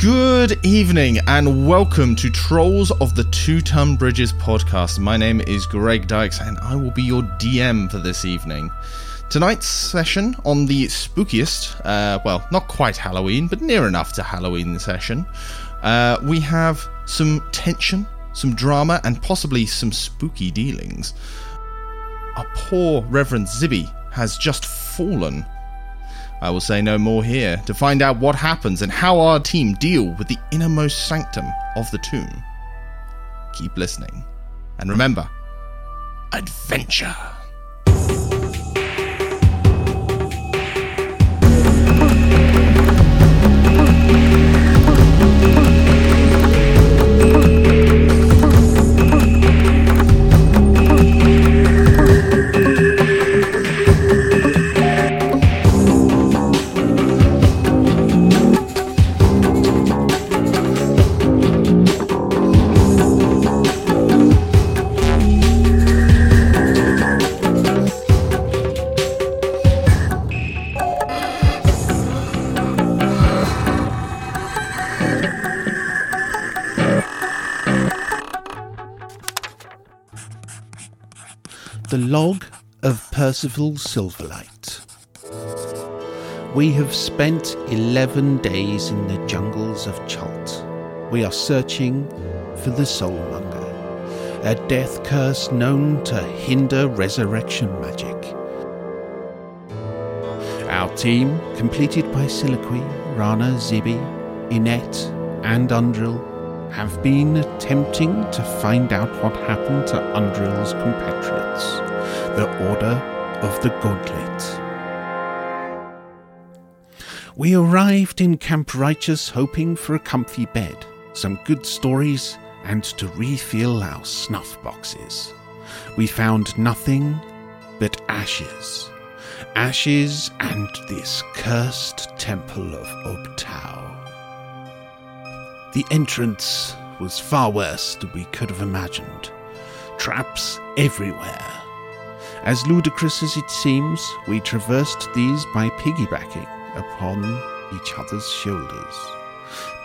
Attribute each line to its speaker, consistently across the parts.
Speaker 1: Good evening and welcome to Trolls of the Two Ton Bridges podcast. My name is Greg Dykes and I will be your DM for this evening. Tonight's session on the spookiest, uh, well, not quite Halloween, but near enough to Halloween session, uh, we have some tension, some drama, and possibly some spooky dealings. Our poor Reverend Zibby has just fallen I will say no more here to find out what happens and how our team deal with the innermost sanctum of the tomb. Keep listening. And remember adventure!
Speaker 2: The Log of Percival Silverlight. We have spent 11 days in the jungles of Chult. We are searching for the Soulmonger, a death curse known to hinder resurrection magic. Our team, completed by Soliloquy, Rana, Zibi, Inet, and Undrill, have been attempting to find out what happened to Undrill's compatriots, the Order of the Gauntlet. We arrived in Camp Righteous hoping for a comfy bed, some good stories, and to refill our snuff boxes. We found nothing but ashes. Ashes and this cursed temple of Obtao. The entrance was far worse than we could have imagined. Traps everywhere. As ludicrous as it seems, we traversed these by piggybacking upon each other's shoulders.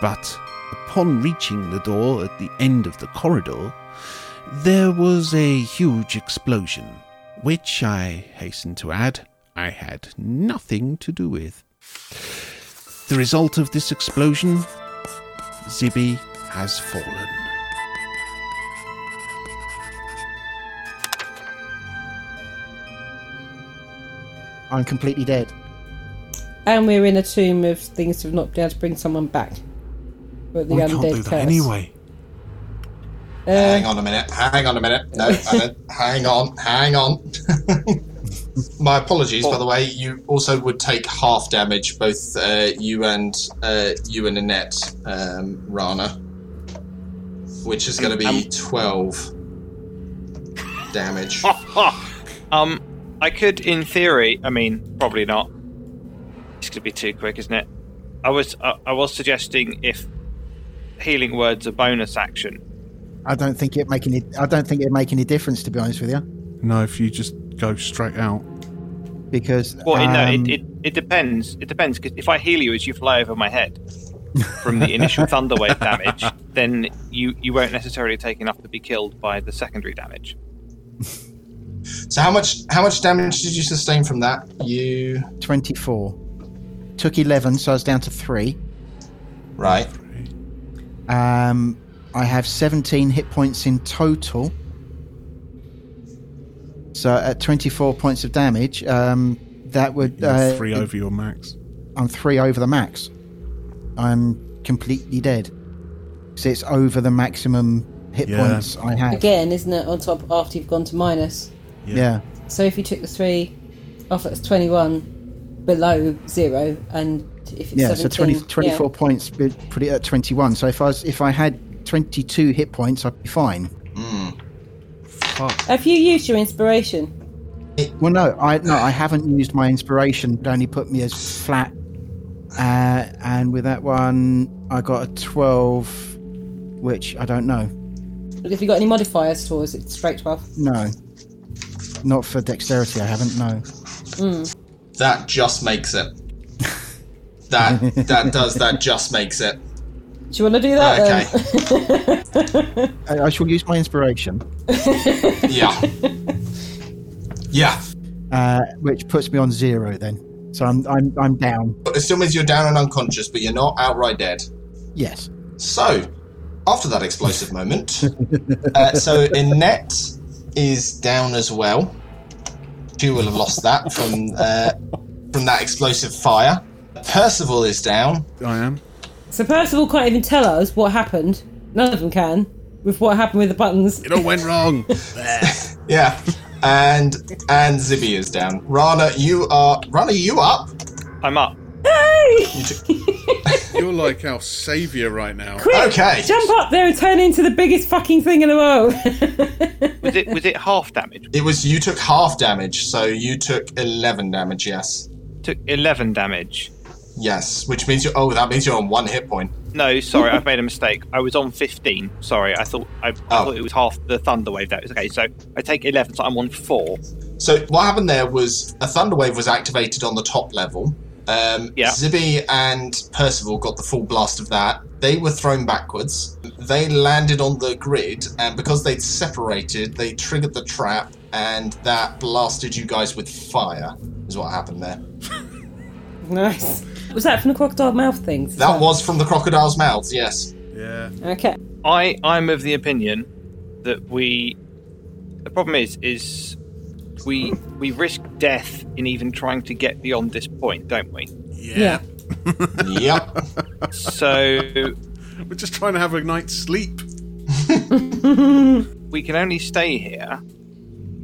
Speaker 2: But upon reaching the door at the end of the corridor, there was a huge explosion, which I hasten to add, I had nothing to do with. The result of this explosion Zibby has fallen.
Speaker 3: I'm completely dead.
Speaker 4: And we're in a tomb of things who've not been able to bring someone back. But the
Speaker 5: We
Speaker 4: undead
Speaker 5: can't do that
Speaker 4: curse.
Speaker 5: anyway.
Speaker 4: Uh,
Speaker 6: Hang on a minute. Hang on a minute. No, I don't- hang on. Hang on. My apologies, by the way. You also would take half damage, both uh, you and uh, you and Annette um, Rana, which is going to be twelve damage.
Speaker 7: um, I could, in theory, I mean, probably not. It's going to be too quick, isn't it? I was, I I was suggesting if healing words a bonus action.
Speaker 3: I don't think it make any. I don't think it make any difference to be honest with you,
Speaker 5: No, if you just go straight out.
Speaker 3: because
Speaker 7: Well, it- no,
Speaker 3: um,
Speaker 7: it, it, it depends. It depends because if I heal you as you fly over my head from the initial thunder wave damage, then you you won't necessarily take enough to be killed by the secondary damage.
Speaker 6: So how much how much damage did you sustain from that? You
Speaker 3: twenty-four took eleven, so I was down to three.
Speaker 6: right?
Speaker 3: Um, I have seventeen hit points in total. So at twenty-four points of damage, um, that would
Speaker 5: You're
Speaker 3: uh,
Speaker 5: three over your max.
Speaker 3: I'm three over the max. I'm completely dead. So it's over the maximum hit
Speaker 5: Yeah.
Speaker 3: points I have.
Speaker 4: again, isn't it on top after you've gone to minus?
Speaker 3: Yeah.
Speaker 4: So if you took the three off, that's 21 below zero, and if it's
Speaker 3: Yeah, so
Speaker 4: 17,
Speaker 3: 20,
Speaker 4: yeah.
Speaker 3: 24 points, but put it at 21. So if I was, if I had 22 hit points, I'd be fine.
Speaker 4: Have you used your inspiration?
Speaker 3: Well, no, I no, I haven't used my inspiration. It only put me as flat. Uh, and with that one, I got a 12, which I don't know.
Speaker 4: Have you got any modifiers towards it? Straight 12.
Speaker 3: No, not for dexterity. I haven't. No.
Speaker 6: That just makes it. That that does that just makes it.
Speaker 8: Do you want to do that? then?
Speaker 3: I, I shall use my inspiration,
Speaker 4: um?
Speaker 1: Yeah. yeah.
Speaker 3: uh, which puts me on zero then. So I'm, I'm, I'm down.
Speaker 1: But it still means you're down and unconscious, but you're not outright dead.
Speaker 3: Yes.
Speaker 1: So, after that explosive moment, uh, so Annette is down as well. She will have lost that from uh, from that explosive fire. Percival is down.
Speaker 2: I am.
Speaker 8: so Percival can't even tell us what happened. None of them can. With what happened with the buttons.
Speaker 2: It all went wrong.
Speaker 1: Yeah, and and Zibby is down. Rana, you are Rana. You up?
Speaker 7: I'm up.
Speaker 8: Hey!
Speaker 2: You're like our savior right now.
Speaker 8: Quick,
Speaker 1: Okay.
Speaker 8: Jump up there and turn into the biggest fucking thing in the world.
Speaker 7: Was it was it half damage?
Speaker 1: It was you took half damage, so you took eleven damage. Yes,
Speaker 7: Took eleven damage.
Speaker 1: yes, which means you. are Oh, that means you're on one hit point.
Speaker 7: No, sorry, I've made a mistake. I was on fifteen. Sorry, I thought I, I
Speaker 1: Oh.
Speaker 7: thought it was half the thunder wave. That was okay. So I take eleven. So I'm on four.
Speaker 1: So what happened there was a thunder wave was activated on the top level. Um,
Speaker 7: Yeah.
Speaker 1: Zibby and Percival got the full blast of that. They were thrown backwards. They landed on the grid, and because they'd separated, they triggered the trap, and that blasted you guys with fire. Is what happened there.
Speaker 8: nice. Was that from the crocodile mouth things?
Speaker 1: That was from the crocodile's mouth. Yes.
Speaker 2: Yeah.
Speaker 8: Okay.
Speaker 7: I I'm of the opinion that we the problem is is we we risk death in even trying to get beyond this point, don't we?
Speaker 8: Yeah.
Speaker 1: yep.
Speaker 7: So
Speaker 2: We're just trying to have a night's sleep.
Speaker 7: we can only stay here.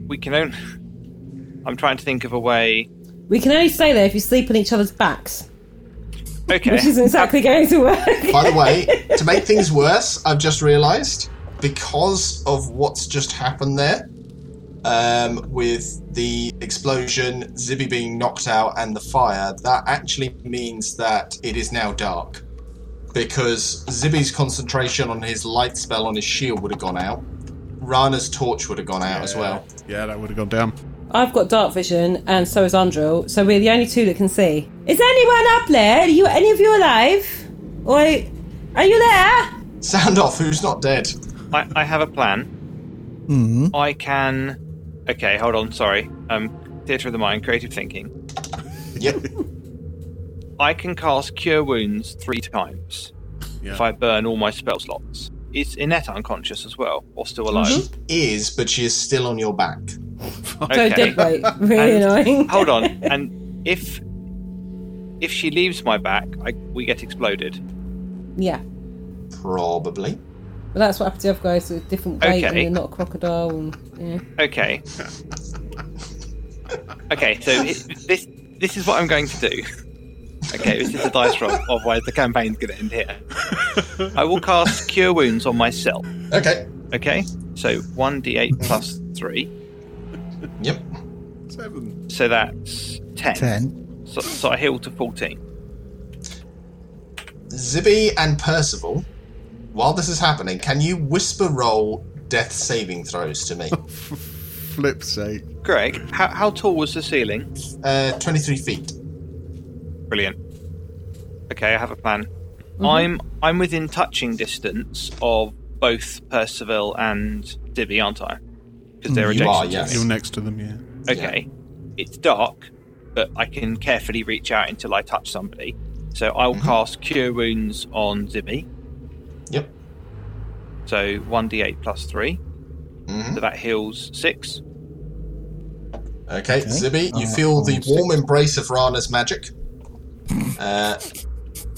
Speaker 7: We can only. I'm trying to think of a way.
Speaker 8: We can only stay there if you sleep on each other's backs,
Speaker 7: Okay.
Speaker 8: which isn't exactly going to work.
Speaker 1: By the way, to make things worse, I've just realised because of what's just happened there, um, with the explosion, Zibby being knocked out, and the fire, that actually means that it is now dark. Because Zibby's concentration on his light spell on his shield would have gone out. Rana's torch would have gone out as well.
Speaker 2: Yeah, that would have gone down.
Speaker 8: I've got dark vision, and so is Andril, so we're the only two that can see. Is anyone up there? Are you any of you alive? Or are you there?
Speaker 1: Sound off, who's not dead?
Speaker 7: I, I have a plan. I can. Okay, hold on. Sorry. Um, theater of the mind, creative thinking.
Speaker 1: Yep.
Speaker 7: I can cast cure wounds three times
Speaker 2: Yeah.
Speaker 7: if I burn all my spell slots. Is Inetta unconscious as well, or still alive?
Speaker 1: Mm-hmm. is, but she is still on your back.
Speaker 4: Oh,
Speaker 8: So dead weight. Really
Speaker 7: And-
Speaker 8: annoying.
Speaker 7: hold on. And if if she leaves my back, I, we get exploded.
Speaker 8: Yeah.
Speaker 1: Probably.
Speaker 8: Well, that's what happened to the other guys with different weight, and
Speaker 7: Okay.
Speaker 8: you're not a crocodile. And, yeah.
Speaker 7: Okay. okay, so it, this this is what I'm going to do. Okay, this is a dice roll, otherwise the campaign's going to end here. I will cast Cure Wounds on myself.
Speaker 1: Okay.
Speaker 7: Okay, so 1d8 plus 3,
Speaker 1: Yep.
Speaker 2: Seven.
Speaker 7: so that's 10.
Speaker 3: Ten.
Speaker 7: So, so I heal to 14.
Speaker 1: Zibby and Percival, while this is happening, can you whisper roll death saving throws to me?
Speaker 2: Flip sake.
Speaker 7: Greg, how, how tall was the ceiling?
Speaker 1: Uh, 23 feet.
Speaker 7: Brilliant. Okay, I have a plan.
Speaker 1: Mm-hmm.
Speaker 7: I'm I'm within touching distance of both Percival and Dibby, aren't I? Because they're
Speaker 1: Mm, You
Speaker 7: adjacent
Speaker 1: are,
Speaker 7: to
Speaker 1: yes.
Speaker 2: You're next to them, yeah.
Speaker 7: Okay. It's dark, but I can carefully reach out until I touch somebody. So I'll cast Cure Wounds on Zibby.
Speaker 1: Yep.
Speaker 7: So 1d8 plus 3.
Speaker 1: Mhm.
Speaker 7: So that heals 6.
Speaker 1: Okay, Zibby, you
Speaker 3: Uh,
Speaker 1: feel the
Speaker 3: six.
Speaker 1: warm embrace of Rana's magic. Uh,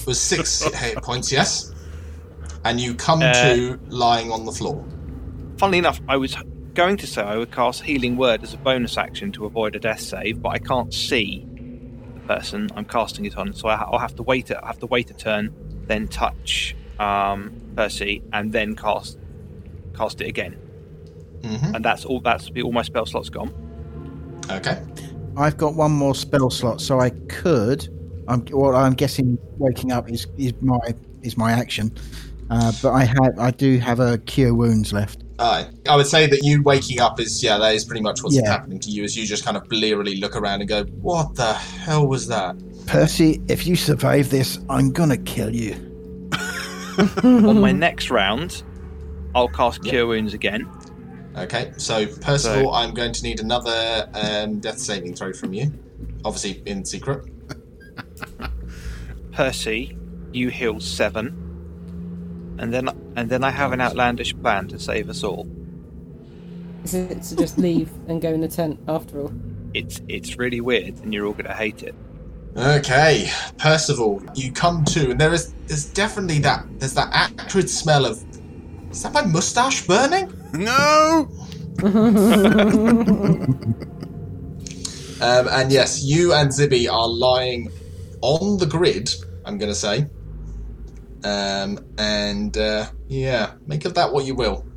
Speaker 1: was six hit points, yes. And you come
Speaker 7: Uh,
Speaker 1: to lying on the floor.
Speaker 7: Funnily enough, I was going to say I would cast Healing Word as a bonus action to avoid a death save, but I can't see the person I'm casting it on, so I- I'll have to wait. A, I have to wait a turn, then touch um, Percy, and then cast cast it again.
Speaker 1: Mhm.
Speaker 7: And that's all. That's be all my spell slots gone.
Speaker 1: Okay.
Speaker 3: I've got one more spell slot, so I could. I'm, well, I'm guessing waking up is, is my is my action, uh, but I have I do have a cure wounds left.
Speaker 1: Aye. I would say that you waking up is, yeah, that is pretty much what's
Speaker 3: Yeah.
Speaker 1: happening to you, is you just kind of blearily look around and go, what the hell was that?
Speaker 3: Percy, if you survive this, I'm gonna kill you.
Speaker 7: On my next round, I'll cast Cure Wounds again.
Speaker 1: Okay, so Percival, I'm going to need another um, death saving throw from you. Obviously, in secret.
Speaker 7: Percy, you heal seven, and then and then I have an outlandish plan to save us all.
Speaker 8: Is it to just leave and go in the tent after all?
Speaker 7: It's it's really weird, and you're all gonna hate it.
Speaker 1: Okay, Percival, you come to, and there is there's definitely that there's that acrid smell of. Is that my mustache burning?
Speaker 9: No!
Speaker 1: Um, and yes, you and Zibby are lying on the grid. I'm going to say. Um, and uh, yeah, make of that what you will.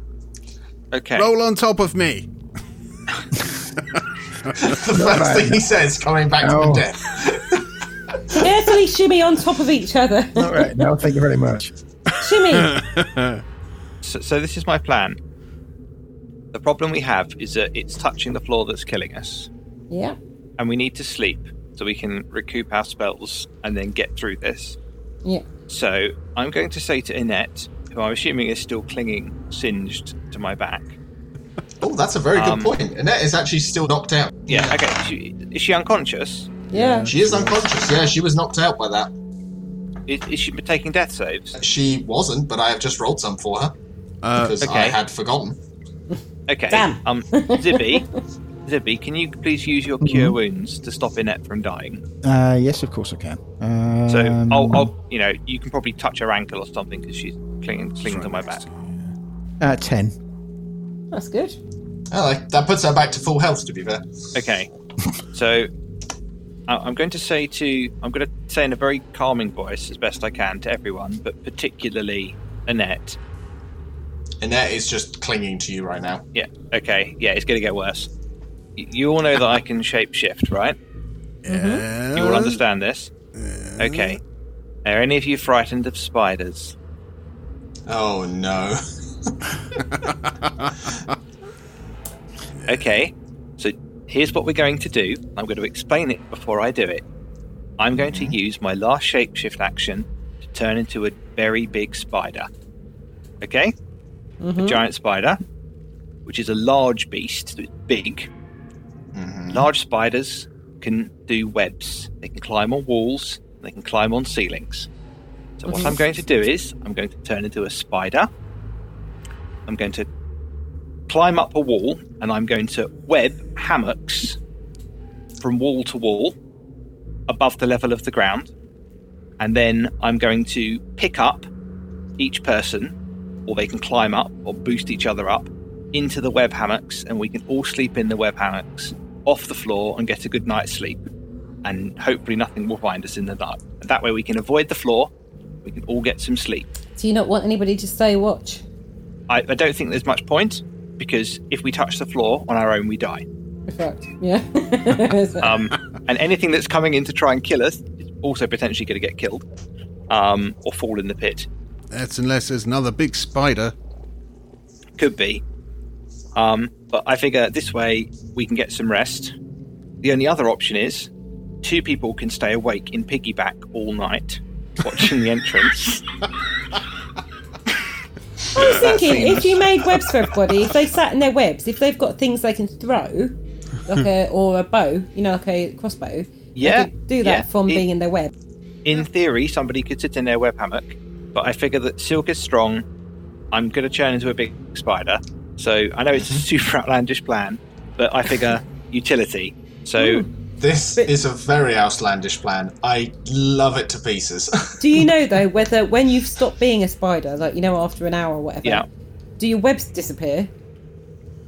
Speaker 7: Okay.
Speaker 9: Roll on top of me.
Speaker 1: The first thing he says, coming back
Speaker 3: No.
Speaker 1: from death.
Speaker 8: Carefully shimmy on top of each other.
Speaker 3: All right, no, thank you very much.
Speaker 8: shimmy.
Speaker 7: So, so this is my plan. The problem we have is that it's touching the floor that's killing us,
Speaker 8: Yeah.
Speaker 7: and we need to sleep so we can recoup our spells and then get through this.
Speaker 8: Yeah.
Speaker 7: So I'm going to say to Annette, who I'm assuming is still clinging, singed to my back.
Speaker 1: Oh, that's a very
Speaker 7: Um,
Speaker 1: good point. Annette is actually still knocked out.
Speaker 7: Yeah. Okay. She, is she unconscious?
Speaker 8: Yeah.
Speaker 1: She is unconscious. Yeah, she was knocked out by that.
Speaker 7: Is, is she taking death saves?
Speaker 1: She wasn't, but I have just rolled some for her
Speaker 9: Uh,
Speaker 1: because I
Speaker 7: okay.
Speaker 1: had forgotten.
Speaker 7: Okay.
Speaker 8: Damn.
Speaker 7: Um, Zibby, Zibby, can you please use your cure wounds to stop Annette from dying?
Speaker 3: Uh, yes, of course I can. Um,
Speaker 7: So I'll, I'll, you know, you can probably touch her ankle or something because she's clinging, clinging to my back.
Speaker 3: uh, ten.
Speaker 8: That's good.
Speaker 1: Oh, like, that puts her back to full health. To be fair,
Speaker 7: Okay. So I- I'm going to say to I'm going to say in a very calming voice as best I can to everyone, but particularly Annette.
Speaker 1: Annette is just clinging to you right now.
Speaker 7: Yeah. Okay. Yeah, it's going to get worse. Y- You all know that I can shapeshift, right?
Speaker 9: yeah.
Speaker 2: Uh,
Speaker 7: You all understand this. Okay. Are any of you frightened of spiders?
Speaker 1: Oh no!
Speaker 7: Okay, so here's what we're going to do. I'm going to explain it before I do it. I'm going to use my last shapeshift action to turn into a very big spider. Okay? A giant spider, which is a large beast that's big. Large spiders can do webs, they can climb on walls, they can climb on ceilings. So, what I'm going to do is, I'm going to turn into a spider. I'm going to climb up a wall and I'm going to web hammocks from wall to wall above the level of the ground. And then I'm going to pick up each person, or they can climb up or boost each other up into the web hammocks, and we can all sleep in the web hammocks off the floor and get a good night's sleep. And hopefully, nothing will find us in the dark. That way, we can avoid the floor, we can all get some sleep.
Speaker 8: Do you not want anybody to stay watch?
Speaker 7: I, I don't think there's much point because if we touch the floor on our own, we die.
Speaker 8: Correct. Yeah.
Speaker 7: Um, and anything that's coming in to try and kill us is also potentially going to get killed um, or fall in the pit.
Speaker 9: That's unless there's another big spider.
Speaker 7: Could be. Um, but I figure this way we can get some rest. The only other option is two people can stay awake in piggyback all night watching the entrance.
Speaker 8: I was thinking, if you made webs for everybody, if they sat in their webs, if they've got things they can throw, like a or a bow, you know, like a crossbow,
Speaker 7: Yeah,
Speaker 8: they could do that
Speaker 7: yeah.
Speaker 8: from
Speaker 7: It-
Speaker 8: being in their web.
Speaker 7: in theory, somebody could sit in their web hammock, but I figure that silk is strong. I'm going to turn into a big spider. So I know it's a super outlandish plan, but I figure utility. So
Speaker 1: This is a very outlandish plan. I love it to pieces.
Speaker 8: Do you know though whether when you've stopped being a spider, like you know after an hour or whatever,
Speaker 7: Yeah.
Speaker 8: do your webs disappear?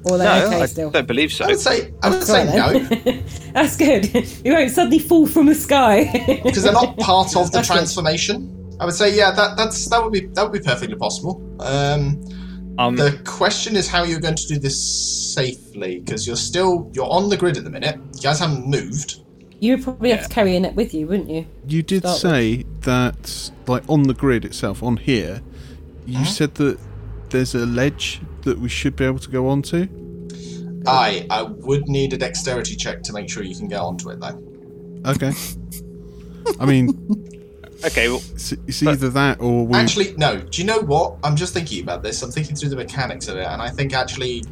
Speaker 8: Or are they
Speaker 7: no,
Speaker 8: okay
Speaker 7: I
Speaker 8: still?
Speaker 7: don't believe so.
Speaker 1: I would say I would say
Speaker 8: Right
Speaker 1: no
Speaker 8: then. That's good. You won't suddenly fall from the sky.
Speaker 1: because they're not part of the
Speaker 8: That's good.
Speaker 1: transformation. I would say yeah, that that's that would be that would be perfectly possible. Um,
Speaker 7: Um,
Speaker 1: The question is how you're going to do this safely because you're still you're on the grid at the minute. You guys haven't moved.
Speaker 8: you would probably have to carry a net with you, wouldn't you?
Speaker 2: You did
Speaker 8: Start with.
Speaker 2: say that, like on the grid itself, on here, you said that there's a ledge that we should be able to go onto.
Speaker 1: I I would need a dexterity check to make sure you can get onto it though.
Speaker 2: Okay. I mean,
Speaker 7: Okay, well,
Speaker 2: It's, it's either that or we.
Speaker 1: Actually, no. Do you know what? I'm just thinking about this. I'm thinking through the mechanics of it, and I think actually,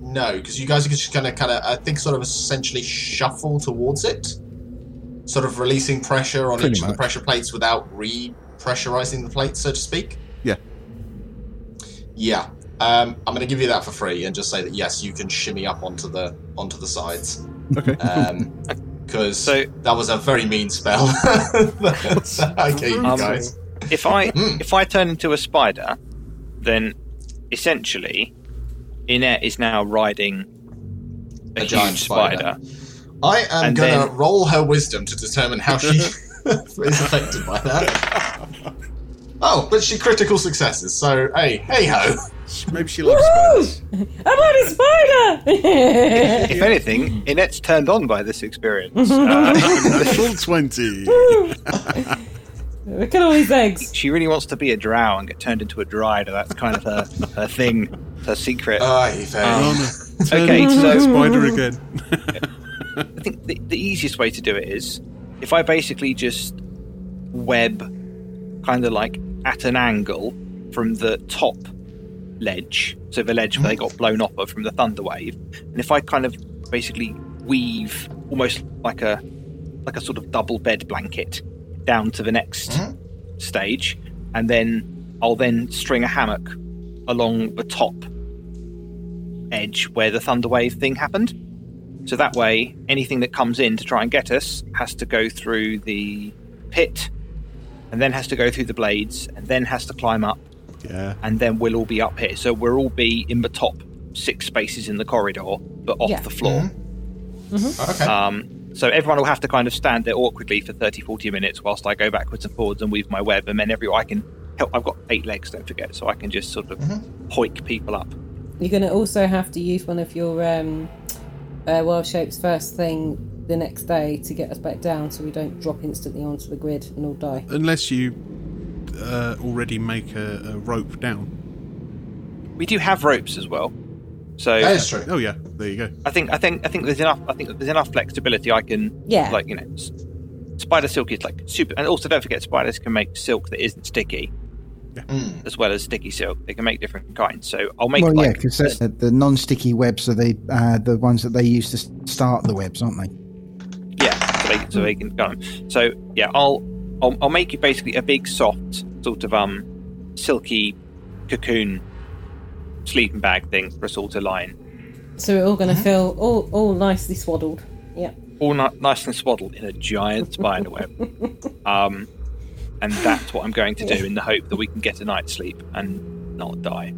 Speaker 1: no, because you guys are just going to kind of, I think, sort of essentially shuffle towards it, sort of releasing pressure on
Speaker 2: Pretty
Speaker 1: each of
Speaker 2: much.
Speaker 1: the pressure plates without re-pressurizing the plates, so to speak.
Speaker 2: Yeah.
Speaker 1: Yeah. Um, I'm going to give you that for free and just say that yes, you can shimmy up onto the onto the sides.
Speaker 2: Okay.
Speaker 1: Um, because
Speaker 7: So-
Speaker 1: that was a very mean spell. that I gave you
Speaker 7: Um,
Speaker 1: guys.
Speaker 7: if I
Speaker 1: Hmm.
Speaker 7: if I turn into a spider, then essentially, Inette is now riding a,
Speaker 1: A
Speaker 7: huge
Speaker 1: giant
Speaker 7: spider.
Speaker 1: spider. I am
Speaker 7: And
Speaker 1: going to
Speaker 7: then-
Speaker 1: roll her wisdom to determine how she is affected by that. Oh, but she critical successes, so hey, hey ho.
Speaker 2: Maybe she likes spiders.
Speaker 8: I'm on a spider!
Speaker 7: If anything, Inette's turned on by this experience. Uh,
Speaker 2: Natural 20.
Speaker 8: Look at all these eggs.
Speaker 7: she really wants to be a drow and get turned into a drider. That's kind of her, her thing, her secret.
Speaker 1: Aye,
Speaker 7: Um,
Speaker 1: fair.
Speaker 7: okay,
Speaker 2: into
Speaker 7: so-
Speaker 2: a spider again.
Speaker 7: I think the, the easiest way to do it is if I basically just web kind of like at an angle from the top ledge, so the ledge where they got blown off of from the thunder wave, and if I kind of basically weave almost like a like a sort of double bed blanket down to the next stage, and then I'll then string a hammock along the top edge where the thunder wave thing happened. So that way, anything that comes in to try and get us has to go through the pit, and then has to go through the blades, and then has to climb up,
Speaker 2: Yeah.
Speaker 7: and then we'll all be up here. So we'll all be in the top six spaces in the corridor, but off
Speaker 8: Yeah.
Speaker 7: the floor.
Speaker 1: Okay.
Speaker 7: Um, so everyone will have to kind of stand there awkwardly for 30, 40 minutes whilst I go backwards and forwards and weave my web, and then every I can help. I've got eight legs, don't forget, so I can just sort of hoik people up.
Speaker 8: You're going to also have to use one of your um, uh, wild shapes first thing the next day to get us back down so we don't drop instantly onto the grid and all die.
Speaker 2: Unless you uh, already make a, a rope down.
Speaker 7: We do have ropes as well, so
Speaker 1: that is true.
Speaker 2: Oh, yeah. There you go.
Speaker 7: I think I think I think there's enough. I think there's enough flexibility. I can
Speaker 8: Yeah.
Speaker 7: like you know, s- spider silk is like super. And also, don't forget, spiders can make silk that isn't sticky,
Speaker 1: Mm.
Speaker 7: as well as sticky silk. They can make different kinds. So I'll make
Speaker 3: Well, yeah,
Speaker 7: like
Speaker 3: because the, the non-sticky webs are the uh, the ones that they use to s- start the webs, aren't they?
Speaker 7: yeah, so they, so they can gun 'em. So yeah, I'll, I'll I'll make you basically a big soft sort of um silky cocoon sleeping bag thing for us all to lie in.
Speaker 8: So we're all going to feel all, all nicely swaddled. Yeah.
Speaker 7: all ni- nice and swaddled in a giant spider web. Um, and that's what I'm going to do in the hope that we can get a night's sleep and not die.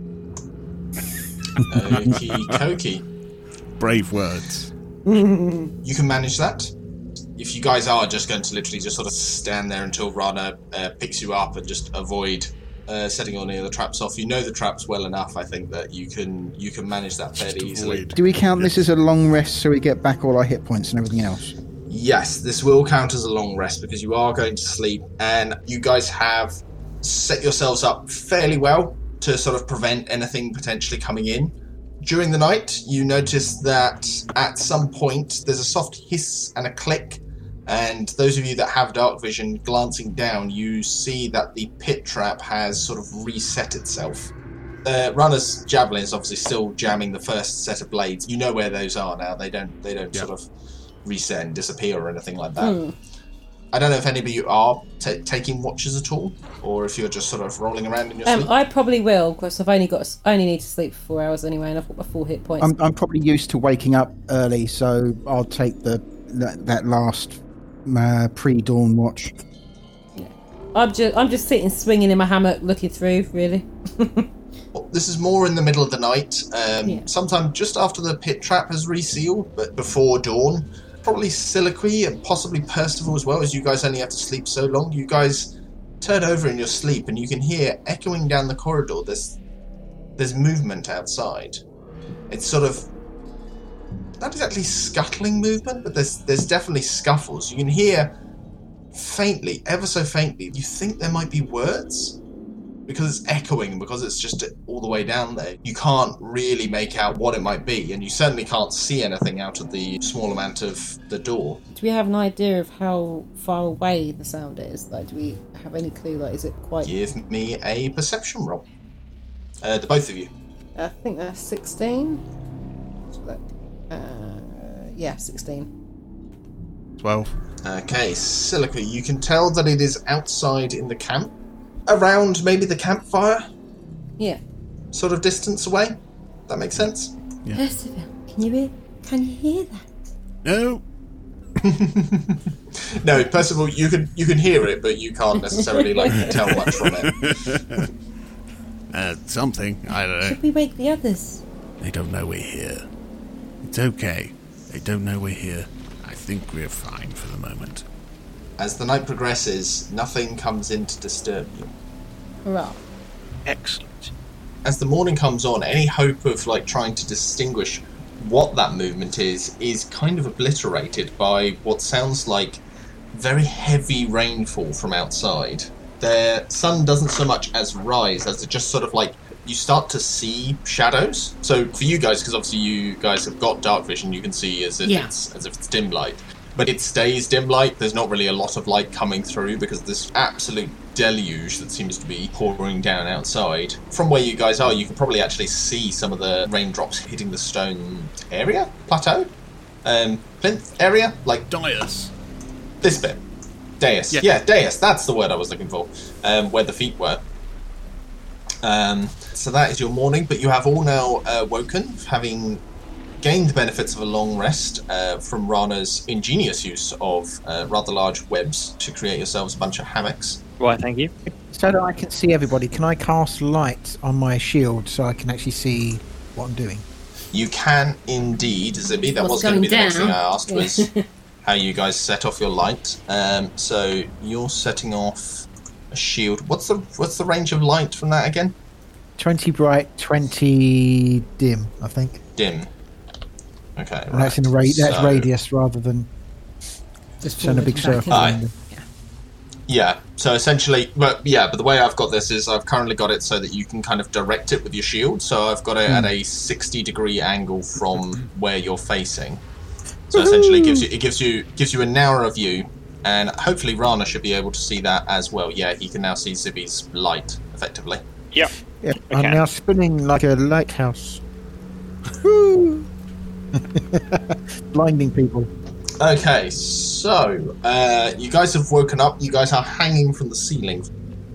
Speaker 1: Okie dokie.
Speaker 2: Brave words.
Speaker 1: You can manage that. If you guys are just going to literally just sort of stand there until Rana uh, picks you up and just avoid uh, setting all any of the traps off, you know the traps well enough. I think that you can you can manage that fairly easily.
Speaker 2: Avoid.
Speaker 3: Do we count this as a long rest so we get back all our hit points and everything else?
Speaker 1: Yes, this will count as a long rest because you are going to sleep, and you guys have set yourselves up fairly well to sort of prevent anything potentially coming in. During the night, you notice that at some point there's a soft hiss and a click, and those of you that have dark vision glancing down, you see that the pit trap has sort of reset itself. Uh, Runner's javelin is obviously still jamming the first set of blades. You know where those are now. They don't. They don't sort of reset and disappear or anything like that. I don't know if anybody are ta taking watches at all, or if you're just sort of rolling around in your
Speaker 8: Um,
Speaker 1: sleep.
Speaker 8: I probably will because I've only got s- I only need to sleep for four hours anyway, and I've got my full hit points.
Speaker 3: I'm, I'm probably used to waking up early, so I'll take the that, that last uh, pre-dawn watch.
Speaker 8: I'm just I'm just sitting swinging in my hammock, looking through. Really,
Speaker 1: Well, this is more in the middle of the night, um,
Speaker 8: Yeah.
Speaker 1: sometime just after the pit trap has resealed, but before dawn. Probably Siliqui and possibly Percival as well, as you guys only have to sleep so long. You guys turn over in your sleep, and you can hear echoing down the corridor. There's there's movement outside. It's sort of not exactly scuttling movement, but there's there's definitely scuffles. You can hear faintly, ever so faintly. You think there might be words because it's echoing, because it's just all the way down there, you can't really make out what it might be, and you certainly can't see anything out of the small amount of the door.
Speaker 8: Do we have an idea of how far away the sound is? Like, do we have any clue? Like, is it quite?
Speaker 1: Give me a perception roll. Uh, the both of you.
Speaker 8: I think that's sixteen. Let's look. Uh, yeah, sixteen.
Speaker 2: 12.
Speaker 1: Okay, Silica, you can tell that it is outside in the camp, around maybe the campfire,
Speaker 8: Yeah.
Speaker 1: sort of distance away. That makes sense.
Speaker 8: Percival, can you hear? Can you hear that?
Speaker 2: No.
Speaker 1: No, Percival, you can you can hear it, but you can't necessarily like tell much from it.
Speaker 2: Uh, something. I don't know.
Speaker 8: We wake the others.
Speaker 2: They don't know we're here. It's okay. They don't know we're here. I think we're fine for the moment.
Speaker 1: As the night progresses, nothing comes in to disturb you.
Speaker 8: Hurrah!
Speaker 7: Excellent.
Speaker 1: as the morning comes on, any hope of like trying to distinguish what that movement is is kind of obliterated by what sounds like very heavy rainfall from outside. The sun doesn't so much as rise as it just sort of like you start to see shadows. So for you guys, because obviously you guys have got dark vision, you can see as if
Speaker 8: Yeah.
Speaker 1: it's as if it's dim light. But it stays dim light. There's not really a lot of light coming through because of this absolute deluge that seems to be pouring down outside. From where you guys are, you can probably actually see some of the raindrops hitting the stone area plateau, um, plinth area, like
Speaker 2: Dias.
Speaker 1: this bit. Dais.
Speaker 2: Yeah.
Speaker 1: Yeah. dais. That's the word I was looking for. Um, where the feet were. Um, so that is your morning, but you have all now uh, woken, having gained the benefits of a long rest uh, from Rana's ingenious use of uh, rather large webs to create yourselves a bunch of hammocks.
Speaker 7: Why, thank you.
Speaker 3: So that I can see everybody, can I cast light on my shield so I can actually see what I'm doing?
Speaker 1: You can indeed, Zibby. That
Speaker 8: What's
Speaker 1: was going to be the
Speaker 8: going
Speaker 1: next thing I
Speaker 8: down?
Speaker 1: asked was how you guys set off your light. Um, so you're setting off a shield. What's the what's the range of light from that again?
Speaker 3: 20 bright, 20 dim, I think.
Speaker 1: dim. Okay, right.
Speaker 3: And that's in the ra- that's
Speaker 1: so-
Speaker 3: radius rather than
Speaker 8: Just
Speaker 3: turn a big circle.
Speaker 1: Aye.
Speaker 3: around them.
Speaker 1: Yeah. So essentially, but yeah, but the way I've got this is I've currently got it so that you can kind of direct it with your shield. So I've got it at a sixty degree angle from where you're facing. So essentially, it gives you it gives you gives you a narrower view, and hopefully Rana should be able to see that as well. Yeah, he can now see Zibby's light effectively.
Speaker 7: Yep.
Speaker 3: Yeah,
Speaker 7: Okay.
Speaker 3: I'm now spinning like a lighthouse. Blinding people.
Speaker 1: Okay, so uh, you guys have woken up. You guys are hanging from the ceiling.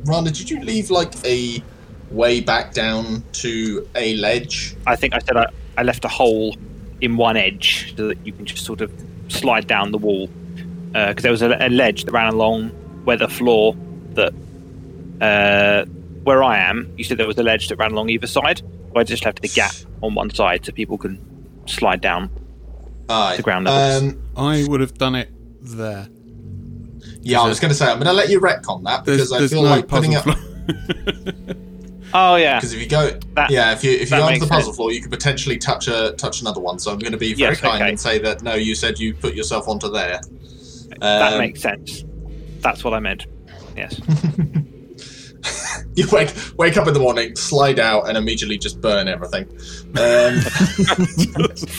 Speaker 1: Rana, did you leave like a way back down to a ledge?
Speaker 7: I think I said I, I left a hole in one edge so that you can just sort of slide down the wall because there was a, a ledge that ran along where the floor that uh, where I am. You said there was a ledge that ran along either side. I just left the gap on one side so people can slide down.
Speaker 1: Aye.
Speaker 7: To ground levels.
Speaker 1: Um,
Speaker 2: I would have done it there.
Speaker 1: yeah, I was going to say I'm going to let you retcon that
Speaker 2: There's,
Speaker 1: because I
Speaker 2: there's
Speaker 1: feel
Speaker 2: no
Speaker 1: like
Speaker 2: puzzle
Speaker 1: putting up.
Speaker 2: floor.
Speaker 7: Oh yeah,
Speaker 1: Because if you go,
Speaker 7: That-
Speaker 1: yeah, if you if you
Speaker 7: that
Speaker 1: go onto
Speaker 7: makes
Speaker 1: the puzzle
Speaker 7: sense.
Speaker 1: floor, you could potentially touch a touch another one. So I'm going to be very
Speaker 7: Yes,
Speaker 1: kind
Speaker 7: okay.
Speaker 1: and say that no, you said you put yourself onto there.
Speaker 7: that
Speaker 1: Um,
Speaker 7: makes sense. That's what I meant. Yes.
Speaker 1: you wake wake up in the morning, slide out, and immediately just burn everything.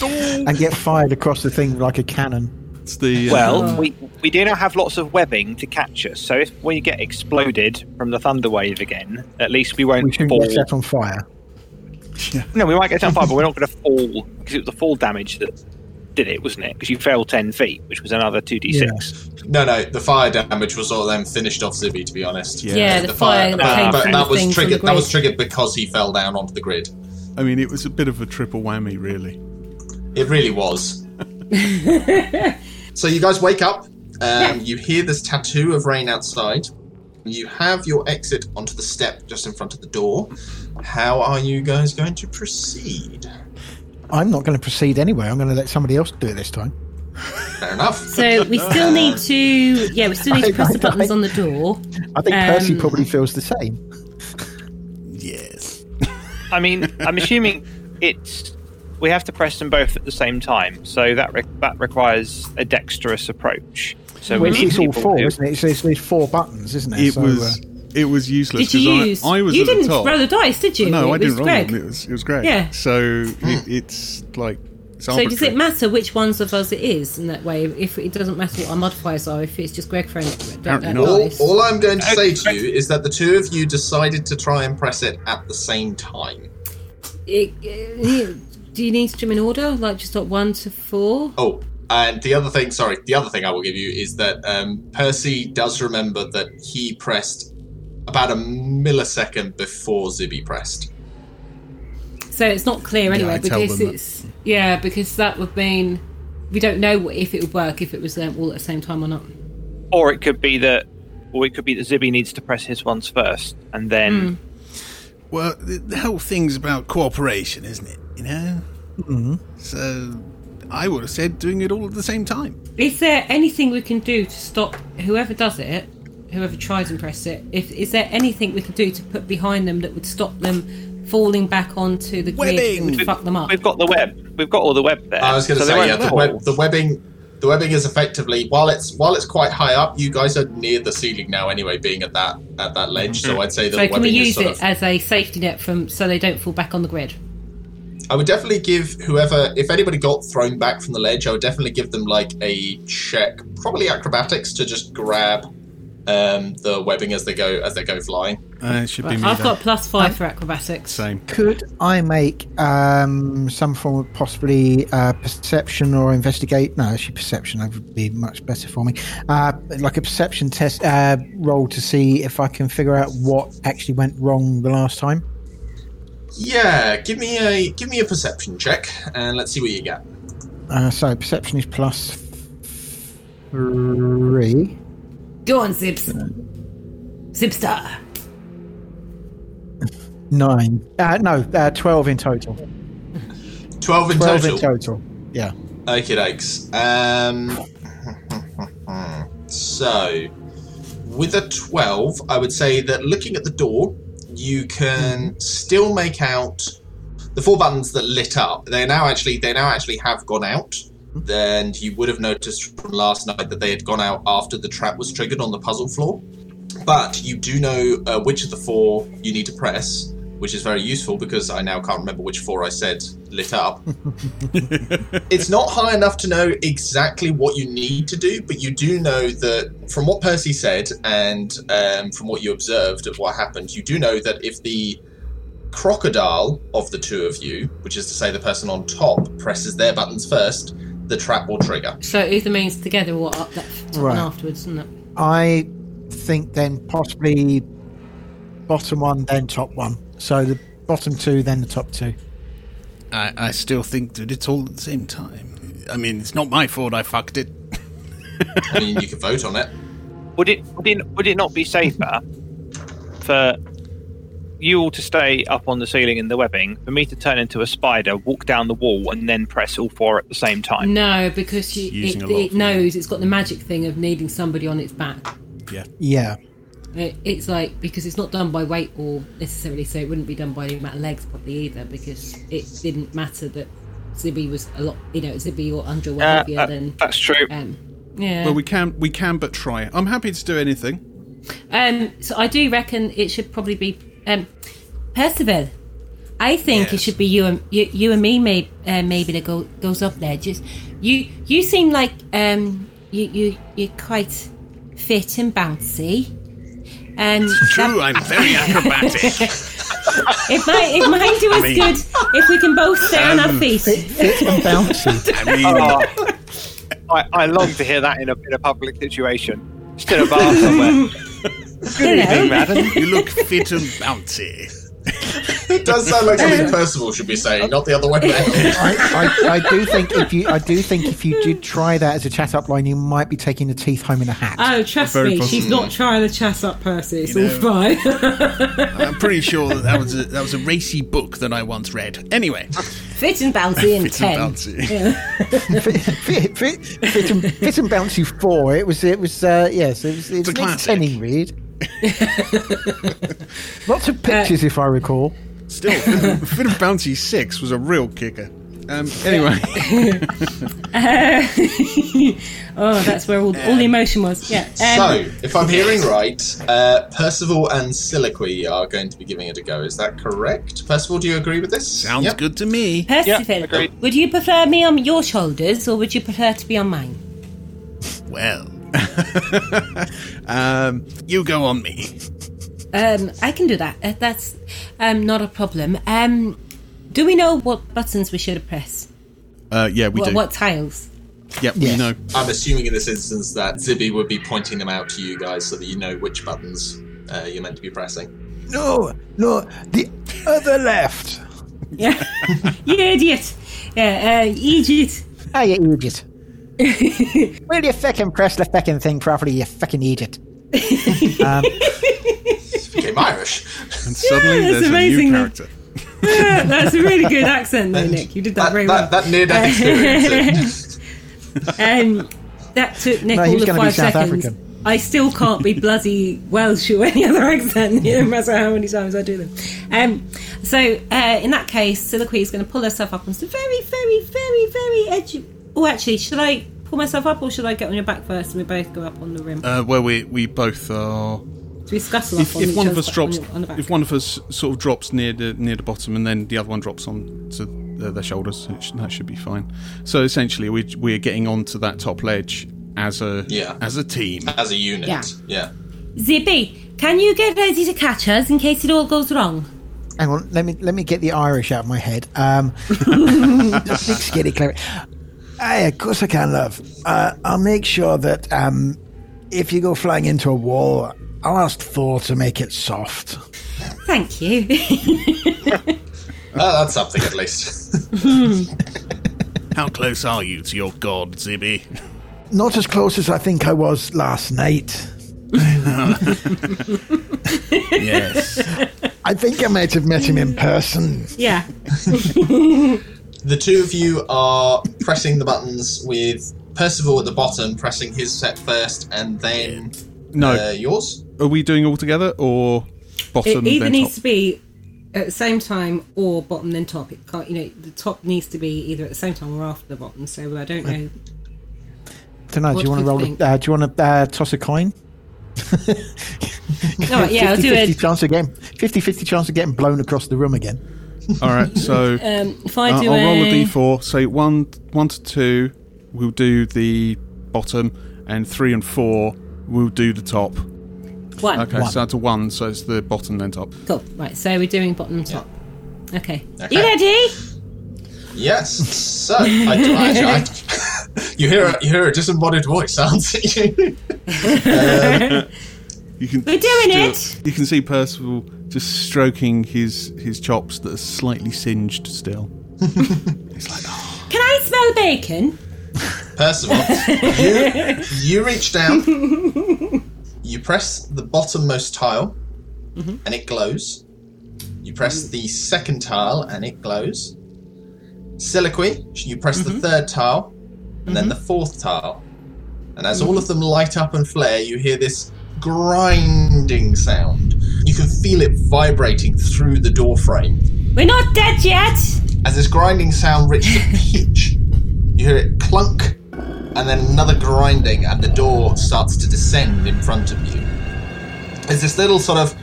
Speaker 1: Um,
Speaker 3: And get fired across the thing like a cannon.
Speaker 2: It's the uh,
Speaker 7: Well, we we do now have lots of webbing to catch us, so if we get exploded from the thunder wave again, at least we won't
Speaker 3: We shouldn't
Speaker 7: fall.
Speaker 3: get set on fire.
Speaker 7: No, we might get down fire, but we're not going to fall because it was the fall damage that did it, wasn't it? Because you fell ten feet, which was another two d six.
Speaker 1: No, no, the fire damage was all them finished off Zibby, to be honest.
Speaker 2: Yeah.
Speaker 8: Yeah, the, fire,
Speaker 1: but,
Speaker 7: came
Speaker 1: but
Speaker 7: from
Speaker 1: that was triggered. That was
Speaker 8: true.
Speaker 1: triggered because he fell down onto the grid.
Speaker 2: I mean, it was a bit of a triple whammy, really.
Speaker 1: It really was. so you guys wake up. Um, You hear this tattoo of rain outside. You have your exit onto the step just in front of the door. How are you guys going to proceed?
Speaker 3: I'm not going to proceed anyway. I'm going to let somebody else do it this time.
Speaker 1: Fair enough.
Speaker 4: So we still need to, yeah, we still need to press the buttons on the door.
Speaker 3: I think
Speaker 4: Um,
Speaker 3: Percy probably feels the same.
Speaker 2: Yes.
Speaker 7: I mean, I'm assuming it's we have to press them both at the same time, so that re- that requires a dexterous approach. So we
Speaker 3: Well,
Speaker 7: need
Speaker 3: it's all
Speaker 7: people
Speaker 3: four,
Speaker 7: who-
Speaker 3: isn't it? It's, it's, there's four buttons, isn't it?
Speaker 2: It
Speaker 3: So,
Speaker 2: was.
Speaker 3: uh,
Speaker 2: it was useless
Speaker 4: Did you
Speaker 2: because
Speaker 4: use?
Speaker 2: I, I was
Speaker 4: you
Speaker 2: at
Speaker 4: didn't
Speaker 2: the top.
Speaker 4: roll the dice, did you?
Speaker 2: No,
Speaker 4: it
Speaker 2: I didn't
Speaker 4: was
Speaker 2: roll
Speaker 4: Greg.
Speaker 2: them. It was it was Greg.
Speaker 4: Yeah. Hmm.
Speaker 2: So it, it's like it's
Speaker 4: So does
Speaker 2: arbitrary.
Speaker 4: it matter which ones of us it is in that way? If it doesn't matter what our modifiers are, if it's just Greg friend, don't
Speaker 2: Apparently
Speaker 4: uh,
Speaker 2: not.
Speaker 1: All,
Speaker 4: dice.
Speaker 1: all I'm going to say to you is that the two of you decided to try and press it at the same time.
Speaker 4: It- uh, do you need to do them in order? Like just like one to four?
Speaker 1: Oh, and the other thing, sorry, the other thing I will give you is that um, Percy does remember that he pressed about a millisecond before Zibby pressed.
Speaker 4: So it's not clear anyway
Speaker 2: I tell
Speaker 4: because
Speaker 2: them that.
Speaker 4: it's yeah because that would mean we don't know what- if it would work if it was um, all at the same time or not.
Speaker 7: Or it could be that, or it could be that Zibby needs to press his ones first, and then
Speaker 10: Well, the, the whole thing's about cooperation, isn't it? You know? Mm-hmm. So I would have said doing it all at the same time.
Speaker 4: Is there anything we can do to stop whoever does it, whoever tries and press it? If is there anything we can do to put behind them that would stop them falling back onto the grid
Speaker 10: Webbing.
Speaker 4: and would fuck them
Speaker 3: Hmm.
Speaker 4: up?
Speaker 7: we've got the web. We've got all the web there.
Speaker 1: I was going to
Speaker 7: so they
Speaker 1: say,
Speaker 7: won't
Speaker 1: yeah, the,
Speaker 7: fall.
Speaker 1: web, the webbing, the webbing is effectively while it's while it's quite high up. You guys are near the ceiling now, anyway, being at that at that ledge.
Speaker 7: Mm-hmm.
Speaker 1: So I'd say that
Speaker 4: So
Speaker 1: the
Speaker 4: can we
Speaker 1: webbing is
Speaker 4: use
Speaker 1: sort
Speaker 4: it
Speaker 1: of.
Speaker 4: as a safety net from so they don't fall back on the grid?
Speaker 1: I would definitely give whoever, if anybody got thrown back from the ledge, I would definitely give them like a check, probably acrobatics, to just grab um, the webbing as they go as they go flying.
Speaker 2: Uh, it should be
Speaker 4: Right,
Speaker 2: me.
Speaker 4: I've
Speaker 2: then.
Speaker 4: got plus five for acrobatics.
Speaker 2: same.
Speaker 3: Could I make um, some form of possibly uh, perception or investigate? No, actually, perception that would be much better for me. Uh, like a perception test uh, roll to see if I can figure out what actually went wrong the last time.
Speaker 1: Yeah, give me a give me a perception check, and let's see what you get.
Speaker 3: Uh, so perception is plus three.
Speaker 4: Go on, Zips. Zipstar.
Speaker 3: Nine. Uh, no, uh, 12 in total.
Speaker 1: Twelve in
Speaker 3: 12
Speaker 1: total.
Speaker 3: in total. Yeah.
Speaker 1: Okie dokes. Um, so, with a 12, I would say that looking at the door, you can still make out the four buttons that lit up. They now actually they now actually have gone out. And you would have noticed from last night that they had gone out after the trap was triggered on the puzzle floor. But you do know uh, which of the four you need to press, which is very useful because I now can't remember which four I said lit up it's not high enough to know exactly what you need to do, but you do know that from what Percy said and um, from what you observed of what happened, you do know that if the crocodile of the two of you, which is to say the person on top, presses their buttons first, the trap will trigger.
Speaker 4: So it either means together or up that top
Speaker 3: Right.
Speaker 4: and afterwards, isn't it?
Speaker 3: I think then possibly bottom one, then top one. So the bottom two, then the top two.
Speaker 10: I, I still think that it's all at the same time. I mean, it's not my fault I fucked it.
Speaker 1: I mean, you can vote on it.
Speaker 7: Would it would it, would it not be safer for you all to stay up on the ceiling in the webbing, for me to turn into a spider, walk down the wall, and then press all four at the same time?
Speaker 4: No, because you, it,
Speaker 2: using a lot
Speaker 4: it
Speaker 2: of-
Speaker 4: knows it's got the magic thing of needing somebody on its back.
Speaker 3: Yeah.
Speaker 4: It, it's like because it's not done by weight or necessarily, so it wouldn't be done by the amount of legs probably either, because it didn't matter that Zibby was a lot, you know, Zibby or underwear
Speaker 7: Uh,
Speaker 4: heavier
Speaker 7: uh,
Speaker 4: than.
Speaker 7: that's true.
Speaker 4: Um, yeah.
Speaker 2: Well, we can we can but try it. I'm happy to do anything.
Speaker 4: Um, so I do reckon it should probably be um, Percival. I think it
Speaker 10: Yes.
Speaker 4: should be you and you, you and me, maybe uh, maybe that go, goes up there. Just you, you seem like um, you you you're quite fit and bouncy. Um,
Speaker 10: True,
Speaker 4: that-
Speaker 10: I'm very acrobatic.
Speaker 4: it might it might do us good if we can both stay on our feet.
Speaker 3: Fit and bouncy.
Speaker 10: I mean,
Speaker 7: Oh, I, I long to hear that in a, in a public situation. Just in a bar somewhere. Good evening, madam.
Speaker 10: you look fit and bouncy.
Speaker 1: It does sound like something Percival should be saying, not the other way around.
Speaker 3: I, I, I do think if you I do think if you did try that as a chat up line, you might be taking the teeth home in a hat.
Speaker 4: Oh, trust
Speaker 2: Very
Speaker 4: me,
Speaker 2: possible.
Speaker 4: she's not trying to chat up Percy. It's
Speaker 10: You
Speaker 4: all
Speaker 10: know.
Speaker 4: fine.
Speaker 10: I'm pretty sure that, that was a, that was a racy book that I once read. Anyway,
Speaker 4: Ah, fit and bouncy and
Speaker 10: fit and
Speaker 4: ten.
Speaker 10: bouncy.
Speaker 3: fit, fit, fit, fit, and, fit and bouncy four. It was it was uh, yes, it was it was
Speaker 10: a
Speaker 3: Nick
Speaker 10: classic.
Speaker 3: Penning read. Lots of pictures, if I recall.
Speaker 2: Still, Fit and Bouncy Six was a real kicker. Um, anyway,
Speaker 4: Uh, oh, that's where all, all the emotion was. Yeah. Um,
Speaker 1: so, if I'm hearing right, uh, Percival and Siliqui are going to be giving it a go. Is that correct? Percival, do you agree with this?
Speaker 10: Sounds
Speaker 1: Yep.
Speaker 10: good to me.
Speaker 7: Yeah,
Speaker 4: Percival,
Speaker 7: agreed.
Speaker 4: would you prefer me on your shoulders or would you prefer to be on mine?
Speaker 10: Well, um, you go on me.
Speaker 4: Um, I can do that. Uh, that's um, not a problem. Um, do we know what buttons we should press?
Speaker 2: uh, yeah, we
Speaker 4: what,
Speaker 2: do.
Speaker 4: what tiles?
Speaker 2: Yep, we
Speaker 3: Yes.
Speaker 2: know.
Speaker 1: I'm assuming in this instance that Zibby would be pointing them out to you guys so that you know which buttons uh, you're meant to be pressing.
Speaker 3: No, no, the other left.
Speaker 4: Yeah. you idiot. Yeah, uh, idiot.
Speaker 3: Ah, you idiot. Will you fucking press the fucking thing properly, you fucking idiot?
Speaker 1: Okay, Irish.
Speaker 2: And suddenly
Speaker 4: that's
Speaker 2: there's a
Speaker 4: amazing.
Speaker 2: new character.
Speaker 4: Yeah, that's a really good accent, though, Nick. You did
Speaker 1: That,
Speaker 4: that, very
Speaker 1: that,
Speaker 4: well.
Speaker 1: that near-death experience. eh?
Speaker 4: um, that took Nick
Speaker 3: No, he's
Speaker 4: all of
Speaker 3: gonna be
Speaker 4: five
Speaker 3: South
Speaker 4: seconds.
Speaker 3: African.
Speaker 4: I still can't be bloody Welsh or any other accent, no matter how many times I do them. Um, so, uh, in that case, Soliloquy is going to pull herself up and say, very, very, very, very edgy. Oh, actually, should I pull myself up or should I get on your back first and we both go up on the rim?
Speaker 2: Uh, where we we both are.
Speaker 4: Do we scuttle
Speaker 2: If,
Speaker 4: off on
Speaker 2: if
Speaker 4: each
Speaker 2: one of
Speaker 4: other's
Speaker 2: us
Speaker 4: back-
Speaker 2: drops,
Speaker 4: on your- on the back?
Speaker 2: if one of us sort of drops near the near the bottom, and then the other one drops on to the, their shoulders, it sh- that should be fine. So essentially, we we're getting onto that top ledge as a
Speaker 1: Yeah.
Speaker 2: as a team.
Speaker 1: As a unit.
Speaker 4: Yeah.
Speaker 1: yeah.
Speaker 4: Zippy, can you get ready to catch us in case it all goes wrong?
Speaker 3: Hang on, let me let me get the Irish out of my head. Um, just get it clear. Aye, of course I can, love. Uh, I'll make sure that um, if you go flying into a wall, I'll ask Thor to make it soft.
Speaker 4: Thank you.
Speaker 1: Oh, that's something at least.
Speaker 10: How close are you to your god, Zibby?
Speaker 3: Not as close as I think I was last night.
Speaker 10: Yes.
Speaker 3: I think I might have met him in person.
Speaker 4: yeah.
Speaker 1: the two of you are pressing the buttons with Percival at the bottom pressing his set first and then
Speaker 2: No,
Speaker 1: uh, yours.
Speaker 2: are we doing all together or bottom
Speaker 4: It either
Speaker 2: then
Speaker 4: needs
Speaker 2: top?
Speaker 4: to be at the same time or bottom then top. It can't, you know, the top needs to be either at the same time or after the bottom. So I don't know.
Speaker 3: Don't know.
Speaker 4: What
Speaker 3: do you want to
Speaker 4: do you
Speaker 3: roll?
Speaker 4: think?
Speaker 3: A, uh, do you want to uh, toss a coin?
Speaker 4: No, yeah, I'll
Speaker 3: 50
Speaker 4: do it.
Speaker 3: chance of getting 50-50 chance of getting blown across the room again.
Speaker 2: All right, so
Speaker 4: Um, if I
Speaker 2: uh,
Speaker 4: do
Speaker 2: I'll roll a
Speaker 4: a,
Speaker 2: d4. So one one to two, we'll do the bottom, and three and four, we'll do the top.
Speaker 4: one,
Speaker 2: Okay, so that's a one, so it's the bottom then top.
Speaker 4: cool. Right, so we're doing bottom and top. Okay.
Speaker 1: Okay.
Speaker 4: You ready?
Speaker 1: Yes. So I, I, I, you hear a, you hear a disembodied voice, aren't you?
Speaker 2: You can
Speaker 4: We're doing
Speaker 2: still- You can see Percival just stroking his his chops that are slightly singed still.
Speaker 4: Can I smell bacon?
Speaker 1: Percival, you, you reach down, you press the bottommost tile, and it glows. You press the second tile, and it glows. Siliqui, you press the third tile, and then the fourth tile. And as all of them light up and flare, you hear this grinding sound. You can feel it vibrating through the doorframe.
Speaker 4: We're not dead yet.
Speaker 1: As this grinding sound reaches a pitch, you hear it clunk, and then another grinding, and the door starts to descend in front of you. There's this little sort of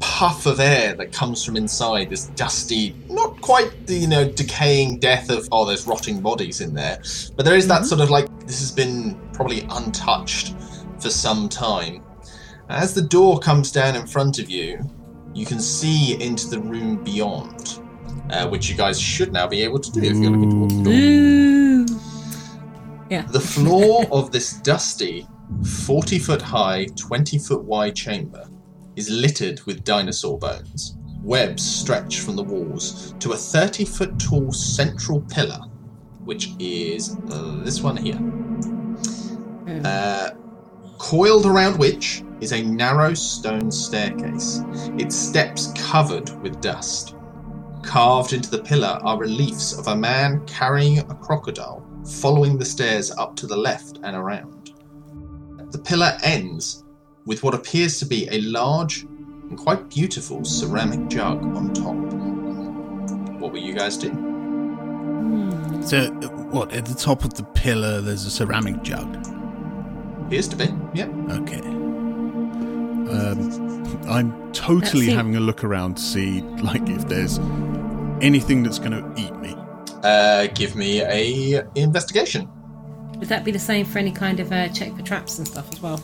Speaker 1: puff of air that comes from inside, this dusty, not quite the, you know, decaying death of, oh, there's rotting bodies in there. But there is that sort of like, this has been probably untouched for some time. As the door comes down in front of you, you can see into the room beyond, uh, which you guys should now be able to do if you're looking towards the door.
Speaker 4: Ooh.
Speaker 1: The floor of this dusty, 40 foot high, 20 foot wide chamber is littered with dinosaur bones. Webs stretch from the walls to a 30 foot tall central pillar, which is uh, this one here. Uh, coiled around which is a narrow stone staircase, its steps covered with dust. Carved into the pillar are reliefs of a man carrying a crocodile, following the stairs up to the left and around. The pillar ends with what appears to be a large and quite beautiful ceramic jug on top. What will you guys do?
Speaker 10: So, uh, what, at the top of the pillar, there's a ceramic jug.
Speaker 1: Appears to be. Yep.
Speaker 10: Okay. Um, I'm totally
Speaker 4: That's it.
Speaker 10: having a look around to see, like, if there's anything that's going to eat me.
Speaker 1: Uh, give me a investigation.
Speaker 4: Would that be the same for any kind of uh, check for traps and stuff as well?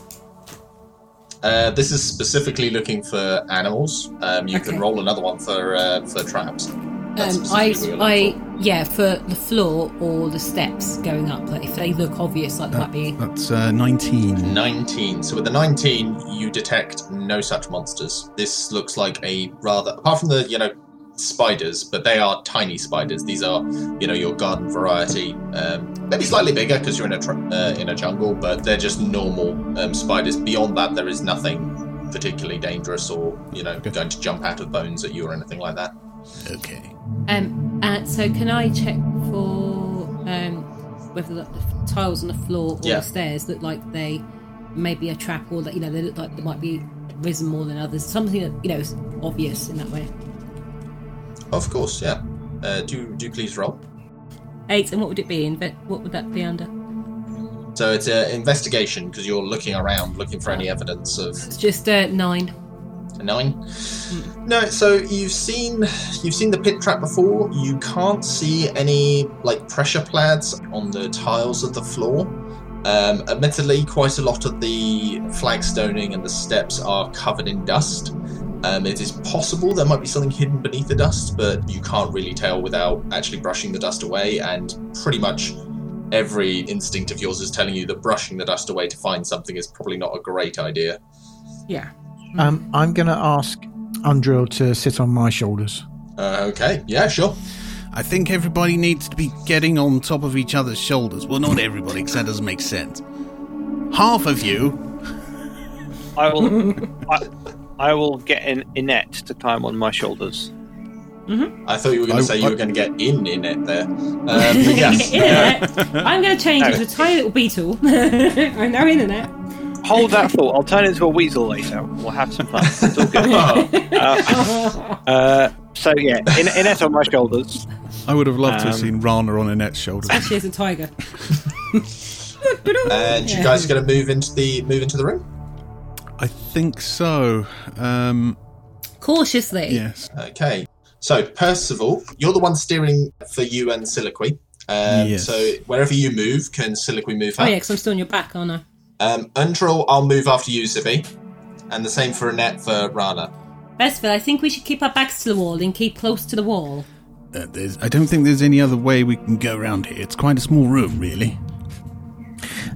Speaker 1: Uh, this is specifically looking for animals. Um, you
Speaker 4: Okay.
Speaker 1: can roll another one for uh, for traps. That's
Speaker 4: Um, I,
Speaker 1: specifically what you're
Speaker 4: I,
Speaker 1: looking
Speaker 4: yeah, for the floor or the steps going up. Like if they look obvious, like there might be.
Speaker 10: That's uh, 19.
Speaker 1: for. 19. So with the 19, you detect no such monsters. This looks like a rather, apart from the, you know, spiders, but they are tiny spiders. These are, you know, your garden variety. Um, maybe slightly bigger because you're in a, tr- uh, in a jungle, but they're just normal um, spiders. Beyond that, there is nothing particularly dangerous or, you know, going to jump out of bones at you or anything like that.
Speaker 10: Okay.
Speaker 4: Um, uh, so can I check for um, whether the the tiles on the floor or
Speaker 1: Yeah.
Speaker 4: the stairs look like they may be a trap, or that you know they look like they might be risen more than others. Something that you know is obvious in that way.
Speaker 1: Of course, yeah. Uh, do, do please roll.
Speaker 4: Eight, and what would it be? In but what would that be under?
Speaker 1: So it's an investigation because you're looking around, looking for any evidence of
Speaker 4: It's just uh, nine.
Speaker 1: a nine. No, so you've seen you've seen the pit trap before. You can't see any like pressure plaids on the tiles of the floor. Um, admittedly, quite a lot of the flagstoning and the steps are covered in dust. Um, it is possible there might be something hidden beneath the dust, but you can't really tell without actually brushing the dust away. And pretty much every instinct of yours is telling you that brushing the dust away to find something is probably not a great idea.
Speaker 4: Yeah.
Speaker 3: Um, I'm going to ask Undrill to sit on my shoulders.
Speaker 1: Uh, okay, yeah, sure.
Speaker 10: I think everybody needs to be getting on top of each other's shoulders. Well, not everybody, because that doesn't make sense. Half of you.
Speaker 7: I will. I, I will get an Inet to climb on my shoulders.
Speaker 1: I thought you were going
Speaker 10: I-
Speaker 1: to say you
Speaker 10: I-
Speaker 1: were going to get in in it there. Um, yes.
Speaker 4: Internet. I'm going to change into a tiny little beetle. I know internet.
Speaker 7: Hold that thought. I'll turn into a weasel later. We'll have some fun. It's all good.
Speaker 1: Oh,
Speaker 7: Uh, uh, so yeah, in, Inet on my shoulders.
Speaker 2: I would have loved to have
Speaker 7: Um,
Speaker 2: seen Rana on Annette's shoulder.
Speaker 4: Especially as a tiger.
Speaker 1: and you guys are going to move into the move into the room.
Speaker 2: I think so. Um,
Speaker 4: Cautiously.
Speaker 2: yes.
Speaker 1: Okay. So Percival, you're the one steering for you and Soliloquy. Um,
Speaker 2: Yes.
Speaker 1: So wherever you move, can Soliloquy move
Speaker 4: Oh
Speaker 1: up?
Speaker 4: yeah, because I'm still on your back, aren't I?
Speaker 1: Um, Untrol, I'll move after you, Zippy. And the same for Annette for Rana.
Speaker 4: Bestful, I think we should keep our backs to the wall and keep close to the wall.
Speaker 10: Uh, there's, I don't think there's any other way we can go around here. It's quite a small room, really.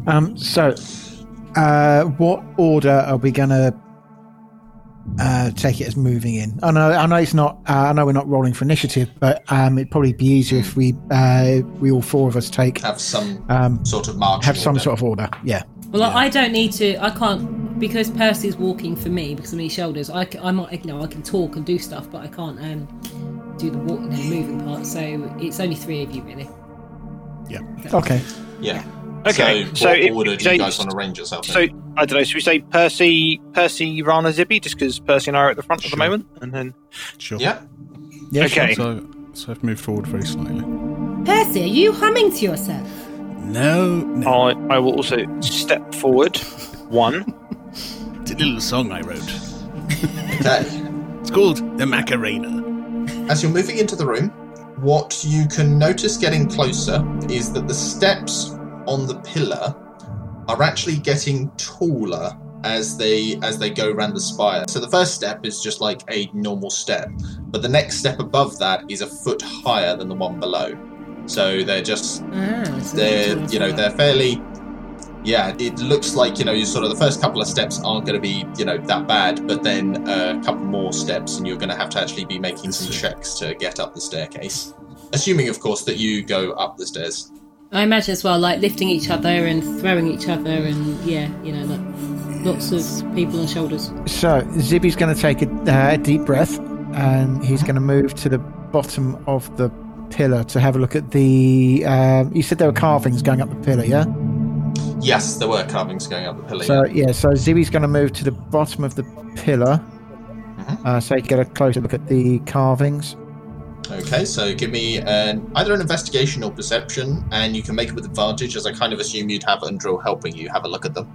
Speaker 3: Um, so, uh, what order are we going to uh, take it as moving in? I know, I know it's not. Uh, I know we're not rolling for initiative, but um, it'd probably be easier if we uh, we all four of us take
Speaker 1: Have some
Speaker 3: um,
Speaker 1: sort of march.
Speaker 3: have some sort of order. Yeah.
Speaker 4: Well, I I don't need to. I can't because Percy's walking for me because of these shoulders. I, c- I might, you know, I can talk and do stuff, but I can't um, do the walking and moving part. So it's only three of you really.
Speaker 3: Okay.
Speaker 1: Yeah.
Speaker 7: Okay,
Speaker 1: So,
Speaker 7: so
Speaker 1: what
Speaker 7: if-
Speaker 1: order do
Speaker 7: so-
Speaker 1: you guys want to range yourself?
Speaker 7: So
Speaker 1: in?
Speaker 7: I don't know. Should we say Percy, Percy, Rana, Zippy, just because Percy and I are at the front at the moment, and then
Speaker 2: Sure.
Speaker 1: yeah.
Speaker 3: Yeah,
Speaker 7: okay.
Speaker 2: So, so I've moved forward very slightly.
Speaker 4: Percy, are you humming to yourself?
Speaker 10: No, no.
Speaker 7: I, I will also step forward one.
Speaker 10: It's a little song I wrote.
Speaker 1: Okay.
Speaker 10: It's called The Macarena.
Speaker 1: As you're moving into the room, what you can notice getting closer is that the steps on the pillar are actually getting taller as they as they go around the spire. So the first step is just like a normal step, but the next step above that is a foot higher than the one below. So they're just
Speaker 4: Ah, so
Speaker 1: they're
Speaker 4: that's
Speaker 1: you know
Speaker 4: all.
Speaker 1: they're fairly yeah it looks like you know you sort of the first couple of steps aren't going to be you know that bad but then uh, a couple more steps and you're going to have to actually be making some checks to get up the staircase assuming of course that you go up the stairs
Speaker 4: I imagine as well, like lifting each other and throwing each other, and yeah, you know, like lots of people on shoulders.
Speaker 3: So Zibby's going to take a uh, deep breath, and he's going to move to the bottom of the pillar to have a look at the. Um, you said there were carvings going up the pillar, yeah?
Speaker 1: yes there were carvings going up the pillar
Speaker 3: So yeah, so Zibby's going to move to the bottom of the pillar, uh, so you get a closer look at the carvings.
Speaker 1: Okay, so give me an, either an investigation or perception, and you can make it with advantage, as I kind of assume you'd have Undrill helping you have a look at them.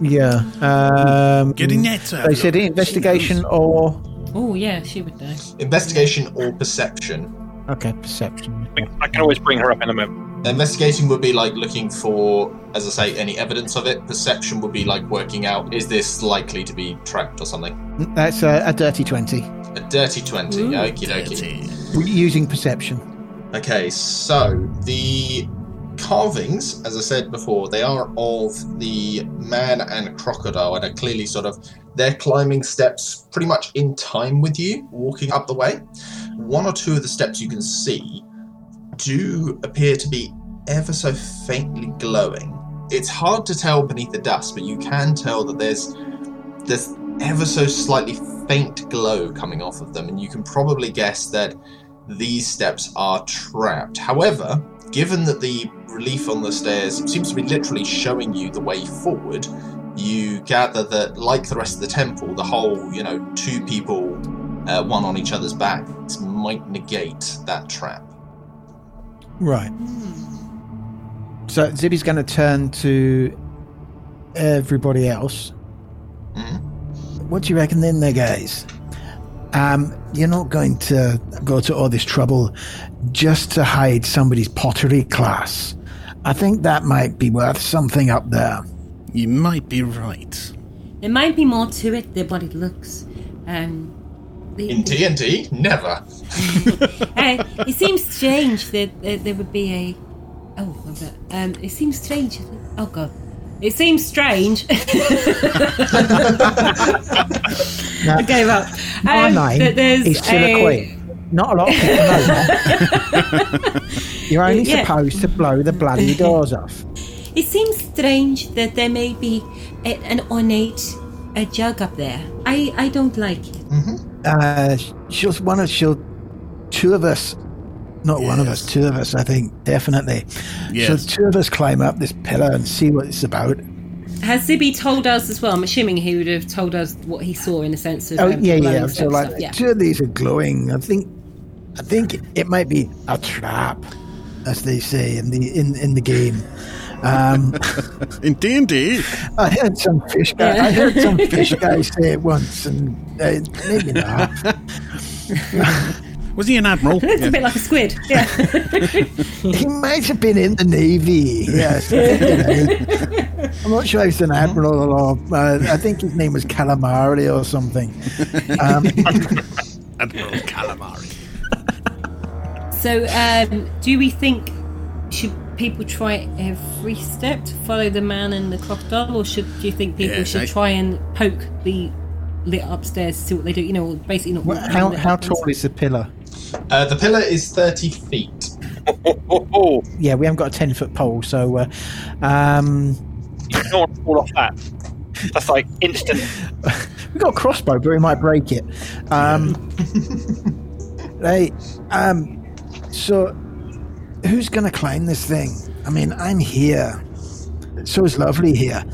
Speaker 3: Yeah. Um,
Speaker 10: Getting there to have a
Speaker 3: They said
Speaker 10: look.
Speaker 3: investigation or
Speaker 4: Oh yeah, she would know.
Speaker 1: Investigation or perception.
Speaker 3: okay perception.
Speaker 7: I can always bring her up in a moment.
Speaker 1: Investigating would be like looking for, as I say, any evidence of it. Perception would be like working out is this likely to be tracked or something.
Speaker 3: That's a, a dirty twenty.
Speaker 1: A dirty twenty. Okie dokie.
Speaker 3: Using perception.
Speaker 1: Okay, so the carvings, as I said before, they are of the man and crocodile and are clearly sort of they're climbing steps pretty much in time with you, walking up the way. One or two of the steps you can see do appear to be ever so faintly glowing. It's hard to tell beneath the dust, but you can tell that there's there's ever so slightly faint glow coming off of them, and you can probably guess that these steps are trapped. However, given that the relief on the stairs seems to be literally showing you the way forward, you gather that, like the rest of the temple, the whole, you know, two people, uh, one on each other's backs, might negate that trap.
Speaker 3: Right. So Zibby's going to turn to everybody else. What do you reckon then, there, guys? Um, you're not going to go to all this trouble just to hide somebody's pottery class. I think that might be worth something up there.
Speaker 10: You might be right.
Speaker 4: There might be more to it than what it looks. Um, the-
Speaker 1: In D&D, never.
Speaker 4: Uh, it seems strange that uh, there would be a. Oh, hold on. um, it seems strange. Oh God, it seems strange. I gave up. Um,
Speaker 3: Our nine
Speaker 4: that there's
Speaker 3: is still a, queen. Not a lot of people know that. You're only
Speaker 4: Yeah.
Speaker 3: supposed to blow the bloody doors off.
Speaker 4: It seems strange that there may be a, an ornate a jug up there. I I don't like it.
Speaker 3: Uh, she'll one of she'll two of us, not one of us, two of us. I think definitely.
Speaker 10: Yes.
Speaker 3: So two of us climb up this pillar and see what it's about.
Speaker 4: Has Zibby told us as well? I'm assuming he would have told us what he saw in a sense of.
Speaker 3: Oh
Speaker 4: um,
Speaker 3: yeah,
Speaker 4: glowing
Speaker 3: yeah. So
Speaker 4: stuff,
Speaker 3: like
Speaker 4: stuff, yeah.
Speaker 3: two of these are glowing. I think, I think it might be a trap, as they say in the in in the game. Um,
Speaker 10: In D and D,
Speaker 3: I heard some fish guy. I heard some fish guy say it once, and uh, maybe not.
Speaker 10: was he an admiral?
Speaker 4: It's a bit like a squid. Yeah.
Speaker 3: He might have been in the navy. Yes, I think, you know. I'm not sure he's an admiral or uh, I think his name was Calamari or something. Um,
Speaker 10: admiral Calamari.
Speaker 4: So, um, do we think should people try every step to follow the man and the crocodile, or should do you think people
Speaker 10: Yes,
Speaker 4: should
Speaker 10: I-
Speaker 4: try and poke the lit upstairs to see what they do? You know, basically not. walk
Speaker 3: how
Speaker 4: around it.
Speaker 3: how tall is the pillar?
Speaker 1: Uh, the pillar is 30 feet.
Speaker 7: Oh, oh, oh.
Speaker 3: Yeah, we haven't got a ten foot pole, so uh, um,
Speaker 7: You don't want to fall off that. That's like instant.
Speaker 3: we've got a crossbow, but we might break it. Um, right. Um, so, who's going to climb this thing? I mean, I'm here. So it's lovely here.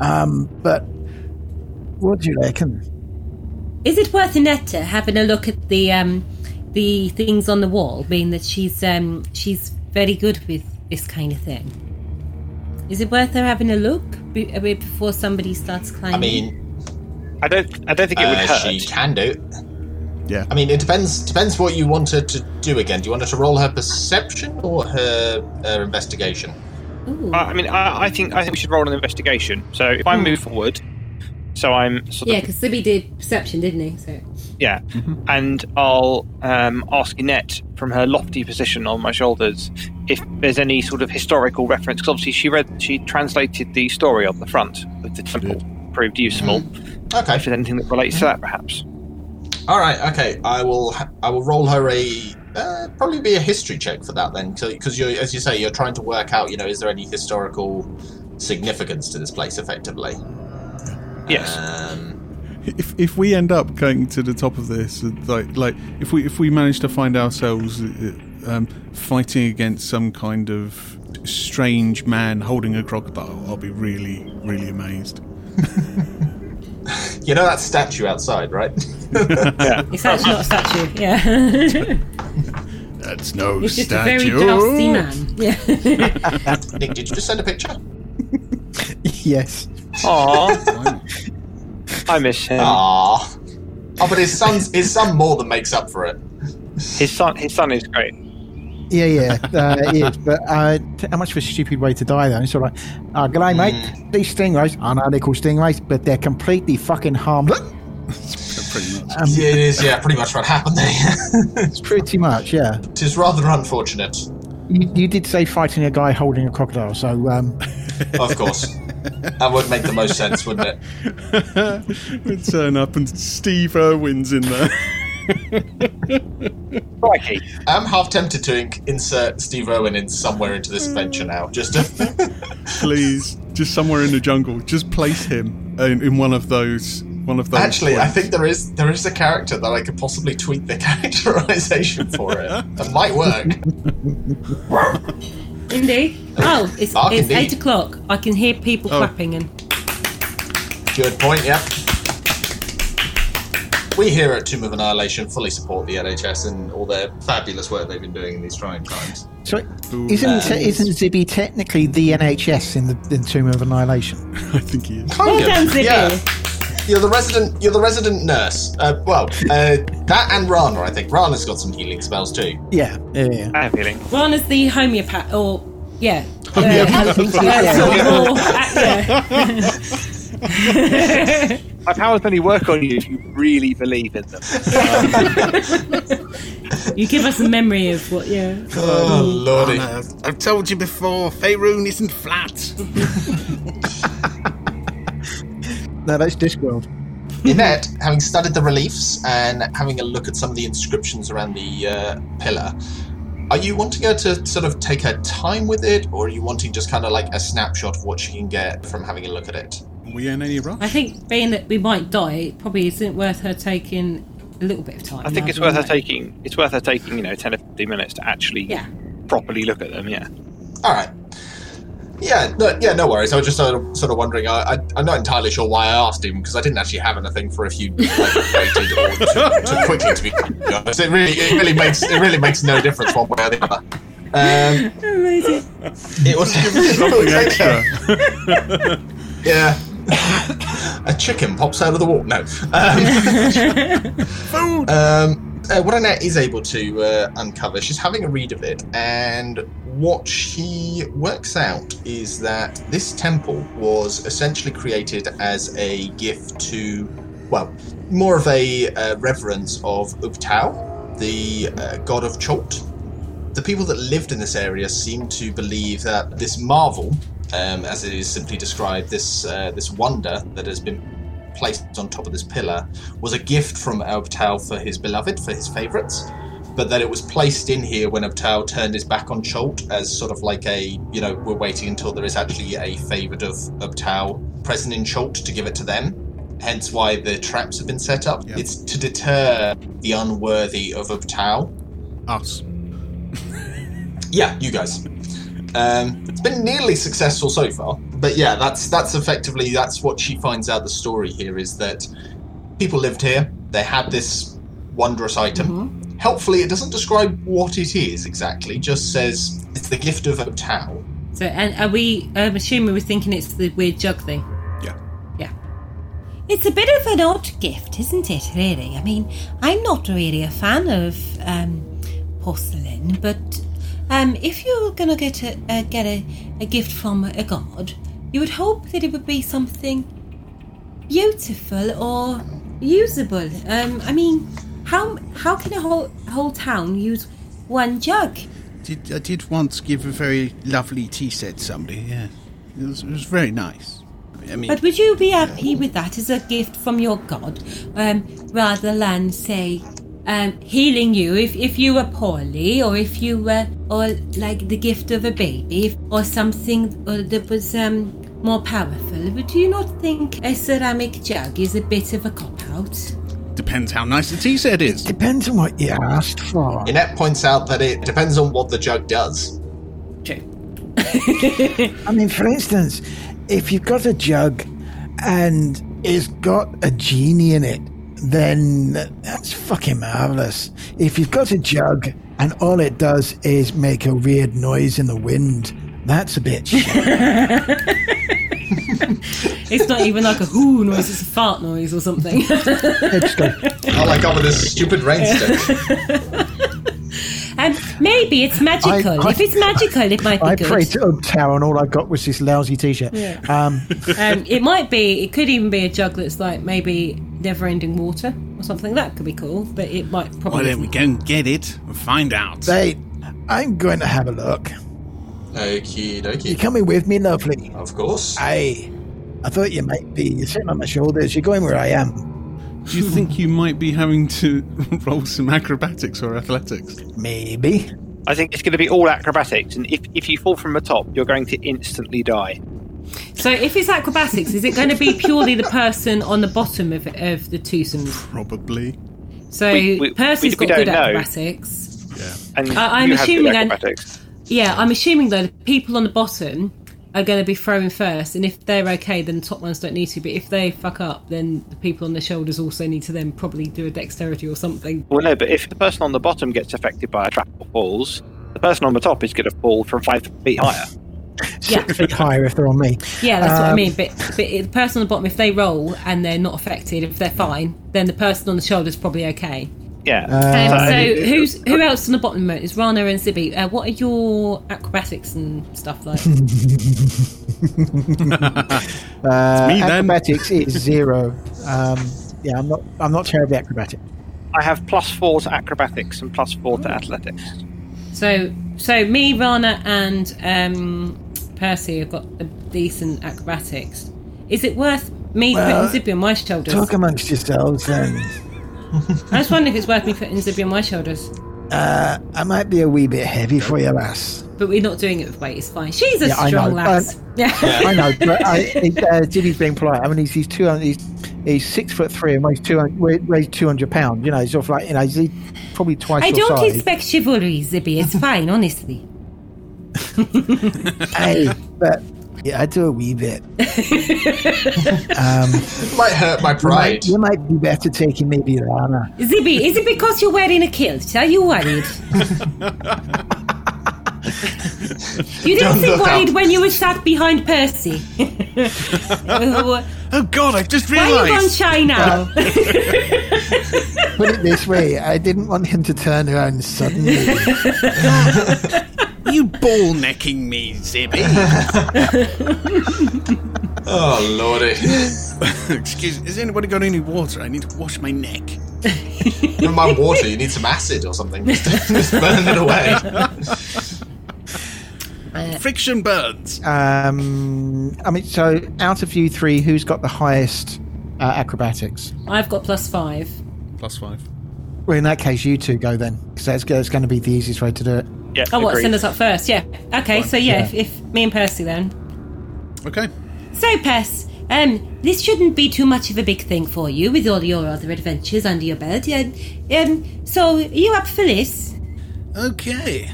Speaker 3: Um, but what do you reckon?
Speaker 4: Is it worth Annetta having a look at the um, the things on the wall, being that she's um, she's very good with this kind of thing? Is it worth her having a look be- uh, before somebody starts climbing?
Speaker 1: I mean,
Speaker 7: I don't. I don't think it would
Speaker 1: uh,
Speaker 7: hurt.
Speaker 1: she can do.
Speaker 2: Yeah.
Speaker 1: I mean, it depends depends what you want her to do again. Do you want her to roll her perception or her, her investigation?
Speaker 4: Ooh.
Speaker 7: I, I mean, I, I think. I think we should roll an investigation. So if
Speaker 1: Hmm.
Speaker 7: I move forward, so I'm sort
Speaker 4: yeah,
Speaker 7: of
Speaker 4: because Sibby did perception, didn't he? So.
Speaker 7: yeah, and I'll um, ask Annette from her lofty position on my shoulders if there's any sort of historical reference. Because obviously she read, she translated the story on the front of the temple, proved useful.
Speaker 1: Okay.
Speaker 7: If there's anything that relates to that, perhaps.
Speaker 1: All right. Okay. I will. ha- I will roll her a uh, probably be a history check for that then, because you're as you say you're trying to work out. You know, is there any historical significance to this place? Effectively.
Speaker 7: Yes.
Speaker 1: Um,
Speaker 2: If, if we end up going to the top of this, like like if we if we manage to find ourselves uh, um, fighting against some kind of strange man holding a crocodile, I'll be really really amazed.
Speaker 1: you know that statue outside, right?
Speaker 4: It's actually not a statue. Yeah.
Speaker 10: It's no
Speaker 4: He's just a very
Speaker 10: statue.
Speaker 4: dusty man. Yeah.
Speaker 1: Nick, did you just send a picture?
Speaker 3: yes.
Speaker 7: Aw. I miss him.
Speaker 1: Ah. Oh, but his son's his son more than makes up for it.
Speaker 7: His son, his son is great.
Speaker 3: Yeah, yeah, uh, it is. But uh, t- how much of a stupid way to die, though? It's sort of like, oh, g'day, mate. These stingrays, I know they're called stingrays, but they're completely fucking harmless.
Speaker 10: Pretty much.
Speaker 1: Yeah, it is. Yeah, pretty much what happened there.
Speaker 3: Pretty much, yeah.
Speaker 1: it is rather unfortunate,
Speaker 3: You, you did say fighting a guy holding a crocodile, so um,
Speaker 1: of course. That would make the most sense, wouldn't it?
Speaker 4: Uh.
Speaker 2: we turn up and Steve Irwin's in there.
Speaker 7: Crikey.
Speaker 1: I'm Um, half tempted to in- insert Steve Irwin in somewhere into this adventure now, just to
Speaker 2: Please, just somewhere in the jungle, just place him in, in one of those. One of those.
Speaker 1: Actually, I
Speaker 2: points.
Speaker 1: think there is there is a character that I could possibly tweak the characterization for it. That might work.
Speaker 4: Indeed. Oh, it's,
Speaker 1: Ah,
Speaker 4: it's
Speaker 1: indeed.
Speaker 4: eight o'clock. I can hear people
Speaker 2: Oh.
Speaker 4: clapping and
Speaker 1: Good point. Yep. We here at Tomb of Annihilation fully support the NHS and all their fabulous work they've been doing in these trying times.
Speaker 3: so isn't te- isn't Zibby technically the NHS in the in Tomb of Annihilation?
Speaker 2: I think he is.
Speaker 1: Kind
Speaker 4: Well done, Zippy.
Speaker 1: Yeah. You're the resident. You're the resident nurse. Uh, well, uh, that and Rana, I think. Rana's got some healing spells too.
Speaker 3: Yeah, yeah, yeah.
Speaker 7: I have feeling.
Speaker 4: Ron is the homeopath, or yeah.
Speaker 7: Oh,
Speaker 4: uh,
Speaker 3: Homeopath.
Speaker 4: yeah, or- uh, yeah.
Speaker 7: My powers only work on you if you really believe in them.
Speaker 4: You give us a memory of what, yeah.
Speaker 1: Oh lordy!
Speaker 10: Uh, I've told you before, Faerun isn't flat.
Speaker 3: No, that's Discworld.
Speaker 1: Inette, having studied the reliefs and having a look at some of the inscriptions around the uh, pillar, are you wanting her to sort of take her time with it, or are you wanting just kind of like a snapshot of what she can get from having a look at it?
Speaker 2: We ain't any rush.
Speaker 4: I think being that we might die, it probably isn't worth her taking a little bit of time.
Speaker 7: I think it's
Speaker 4: rather
Speaker 7: worth her
Speaker 4: than that.
Speaker 7: taking. It's worth her taking, you know, ten or fifteen minutes to actually
Speaker 4: Yeah.
Speaker 7: properly look at them. Yeah.
Speaker 1: All right. Yeah, no, yeah, no worries. I was just sort of, sort of wondering. I, I, I'm not entirely sure why I asked him because I didn't actually have anything for if you like, waited or too, too quickly to be honest. It really, it really makes it really makes no difference one way or the other. Um,
Speaker 4: Amazing.
Speaker 1: it was
Speaker 2: Something extra.
Speaker 1: Yeah. a chicken pops out of the wall. No. Um, um, uh, what Annette is able to uh, uncover, she's having a read of it, and what she works out is that this temple was essentially created as a gift to, well, more of a uh, reverence of Uptau, the uh, god of Chult the people that lived in this area seem to believe that this marvel, um, as it is simply described, this uh, this wonder that has been placed on top of this pillar, was a gift from Obtal for his beloved, for his favourites, but that it was placed in here when Obtal turned his back on Cholt as sort of like a you know we're waiting until there is actually a favourite of Obtal present in Cholt to give it to them. Hence, why the traps have been set up.
Speaker 2: Yeah.
Speaker 1: It's to deter the unworthy of Obtal
Speaker 2: Us.
Speaker 1: yeah, you guys. Um, it's been nearly successful so far, but yeah, that's that's effectively that's what she finds out. The story here is that people lived here. They had this wondrous item.
Speaker 3: Mm-hmm.
Speaker 1: Helpfully, it doesn't describe what it is exactly. Just says it's the gift of Otao.
Speaker 4: So, and are we? I'm assuming we're thinking it's the weird jug thing.
Speaker 2: Yeah.
Speaker 4: Yeah. It's a bit of an odd gift, isn't it? Really, I mean, I'm not really a fan of um, porcelain, but um, if you're gonna get a uh, get a, a gift from a god, you would hope that it would be something beautiful or usable. Um, I mean, how how can a whole whole town use one jug?
Speaker 10: Did, I did once give a very lovely tea set to somebody, yeah. It was, it was very nice. I mean,
Speaker 4: But would you be happy with that as a gift from your god, um, rather than say um, healing you if, if you were poorly, or if you were, or like the gift of a baby, if- or something or that was um, more powerful? But do you not think a ceramic jug is a bit of a cop out?
Speaker 10: depends how nice the tea set is.
Speaker 3: Depends on what you asked for.
Speaker 1: Inette points out that it depends on what the jug does.
Speaker 4: True.
Speaker 3: I mean, for instance, if you've got a jug and it's got a genie in it, then that's fucking marvelous. If you've got a jug and all it does is make a weird noise in the wind. That's a bitch.
Speaker 4: It's not even like a hoo noise, it's a fart noise or something.
Speaker 1: All I got with this stupid rain stick.
Speaker 4: um, maybe it's magical.
Speaker 3: I-
Speaker 4: if it's magical, it might be
Speaker 3: I
Speaker 4: good.
Speaker 3: prayed to Ub Tower, and all I got was this lousy T-shirt. Um,
Speaker 4: Um, it might be. It could even be a jug that's like maybe never-ending water or something. That could be cool, but it might probably.
Speaker 10: Why don't we
Speaker 4: isn't.
Speaker 10: go and get it and find out?
Speaker 3: they, I'm going to have a look.
Speaker 1: Okie
Speaker 3: You Ah.
Speaker 1: dokie.
Speaker 3: coming with me, lovely?
Speaker 1: Of course.
Speaker 3: Aye. I thought you might be. You're sitting on my shoulders. You're going where I am.
Speaker 2: Do you think you might be having to roll some acrobatics or athletics?
Speaker 3: Maybe.
Speaker 7: I think it's going to be all acrobatics, and if, if you fall from the top, you're going to instantly die.
Speaker 4: So if it's acrobatics, is it going to be purely the person on the bottom of, of the twosome?
Speaker 2: Probably.
Speaker 4: So
Speaker 7: We- we-
Speaker 4: Percy's
Speaker 7: we- we
Speaker 4: got good
Speaker 7: don't know.
Speaker 4: acrobatics.
Speaker 7: And
Speaker 4: I- Uh, I'm
Speaker 7: you have good
Speaker 4: assuming I-
Speaker 7: acrobatics.
Speaker 4: Yeah, I'm assuming though the people on the bottom are going to be throwing first, and if they're okay, then the top ones don't need to. But if they fuck up, then the people on their shoulders also need to then probably do a dexterity or something.
Speaker 7: Well, no, but if the person on the bottom gets affected by a trap or falls, the person on the top is going to fall from five feet higher.
Speaker 4: Yeah.
Speaker 3: It's a bit higher if they're on me.
Speaker 4: Yeah, that's what I
Speaker 3: Um,
Speaker 4: mean. But, but it- the person on the bottom, if they roll and they're not affected, if they're fine, then the person on the shoulder's probably okay.
Speaker 7: Yeah.
Speaker 4: Um,
Speaker 7: So-
Speaker 4: so who's who else on the bottom moment is Rana and Zibby? Uh, what are your acrobatics and stuff like?
Speaker 3: Uh,
Speaker 2: me, then.
Speaker 3: acrobatics is zero. Um, yeah, I'm not. I'm not terribly acrobatic.
Speaker 7: I have plus four to acrobatics and plus four to athletics.
Speaker 4: so so me, Rana, and um, Percy have got a decent acrobatics. Is it worth me
Speaker 3: Well,
Speaker 4: putting Zibby on my shoulders?
Speaker 3: Talk amongst yourselves, then.
Speaker 4: I was wondering if it's worth me putting Zibby on my shoulders.
Speaker 3: Uh, I might be a wee bit heavy for you, lass.
Speaker 4: But we're not doing it with weight. It's fine. She's a
Speaker 3: Yeah, I
Speaker 4: strong
Speaker 3: know,
Speaker 4: lass. yeah.
Speaker 3: I know, but I, uh, Jimby's being polite. I mean, he's he's two he's, he's six foot three and weighs two weighs two hundred pounds. You know, he's sort of like you know he's probably twice
Speaker 4: I
Speaker 3: your
Speaker 4: don't
Speaker 3: size.
Speaker 4: expect chivalry, Zibby. It's fine, honestly.
Speaker 3: Hey, but yeah, I do a wee bit.
Speaker 1: It might hurt my pride.
Speaker 3: You might be better taking maybe Lana.
Speaker 4: Zibby, is it because you're wearing a kilt? Are you worried? you didn't
Speaker 1: Don't
Speaker 4: seem
Speaker 1: look
Speaker 4: worried
Speaker 1: up.
Speaker 4: when you were sat behind Percy. Why
Speaker 10: Oh God! I've just
Speaker 4: are you gone
Speaker 10: realised.
Speaker 4: shy now?
Speaker 3: Put it this way, I didn't want him to turn around suddenly.
Speaker 10: You ball necking me, Zibby.
Speaker 1: Oh lordy.
Speaker 10: Excuse. Has anybody got any water? I need to wash my neck.
Speaker 1: Never mind water, you need some acid or something. Just burn it away.
Speaker 10: Friction burns.
Speaker 3: um, I mean, so out of you three, who's got the highest uh, acrobatics?
Speaker 4: I've got plus five.
Speaker 2: Plus five.
Speaker 3: Well, in that case, you two go then, because that's, that's going to be the easiest way to do it.
Speaker 7: Yeah.
Speaker 4: Oh, what?
Speaker 7: agreed.
Speaker 4: Send us up first. Yeah. Okay. So yeah, If, if me and Percy then.
Speaker 2: Okay.
Speaker 4: So, Pess, um, this shouldn't be too much of a big thing for you with all your other adventures under your belt. Yeah. Um, so, are you up for this?
Speaker 10: Okay.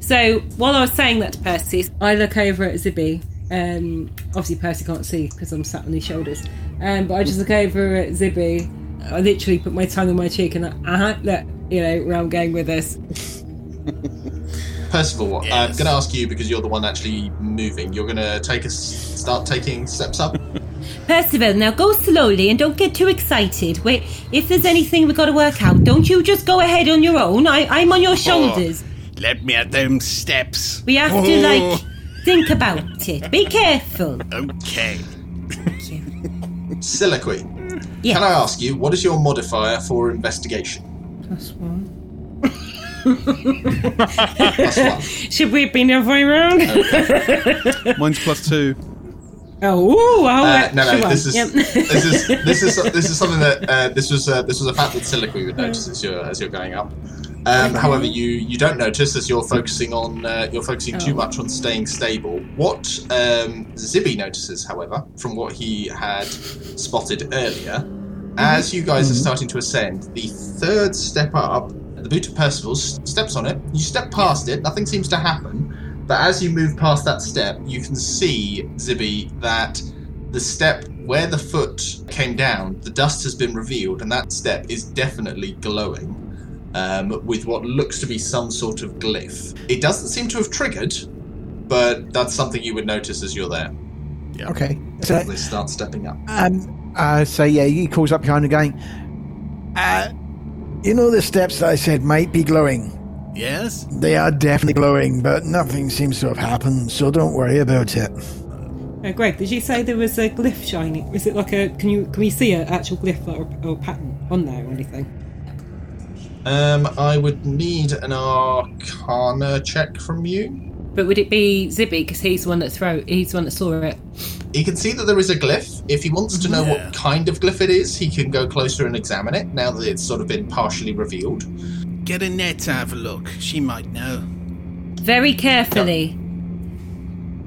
Speaker 4: So, while I was saying that to Percy, I look over at Zibby. Um, obviously, Percy can't see because I'm sat on his shoulders. Um, but I just look over at Zibby. I literally put my tongue on my cheek and I, uh-huh, look, you know, where I'm going with this.
Speaker 1: Percival, I'm going to uh, ask you because you're the one actually moving. You're going to take us, start taking steps up.
Speaker 4: Percival, now go slowly and don't get too excited. Wait, if there's anything we've got to work out, don't you just go ahead on your own. I, I'm on your shoulders.
Speaker 10: Oh, Let me at them steps. Oh,
Speaker 4: We have to like
Speaker 2: Oh.
Speaker 4: think about it. Be careful.
Speaker 10: Okay.
Speaker 1: Soliloquy.
Speaker 4: Yeah.
Speaker 1: Can I ask you, what is your modifier for investigation? Plus one.
Speaker 4: Should we have been the other way around?
Speaker 2: Mine's plus two.
Speaker 4: Oh, ooh, I'll
Speaker 1: Uh,
Speaker 4: let
Speaker 1: no,
Speaker 4: you
Speaker 1: no.
Speaker 4: on.
Speaker 1: This is,
Speaker 4: Yep.
Speaker 1: this is this is this is something that uh, this was uh, this was a fact that Soliloquy
Speaker 4: Mm.
Speaker 1: would notice as you're as you're going up. Um, however, you you don't notice as you're focusing on uh, you're focusing too
Speaker 4: Oh.
Speaker 1: much on staying stable. What um, Zibby notices, however, from what he had spotted earlier, as you guys are starting to ascend, the third step up, the boot of Percival s- steps on it. You step past it, nothing seems to happen. But as you move past that step, you can see, Zibby, that the step where the foot came down, the dust has been revealed, and that step is definitely glowing. um, with what looks to be some sort of glyph. It doesn't seem to have triggered, but that's something you would notice as you're there.
Speaker 3: Okay. So,
Speaker 1: They start stepping up.
Speaker 3: um, uh, so yeah, he calls up behind him going, uh, You know, the steps that I said might be glowing.
Speaker 10: Yes?
Speaker 3: They are definitely glowing, but nothing seems to have happened, so don't worry about it.
Speaker 4: Uh, Greg, did you say there was a glyph shining? Was it like a? Can you can we see an actual glyph or, or pattern on there or anything?
Speaker 1: Um, I would need an Arcana check from you.
Speaker 8: But would it be Zibby because he's the one that throw? He's the one that saw it.
Speaker 1: He can see that there is a glyph. If he wants to know
Speaker 10: Yeah.
Speaker 1: what kind of glyph it is, he can go closer and examine it. Now that it's sort of been partially revealed.
Speaker 10: Get Annette to have a look. She might know.
Speaker 8: Very carefully.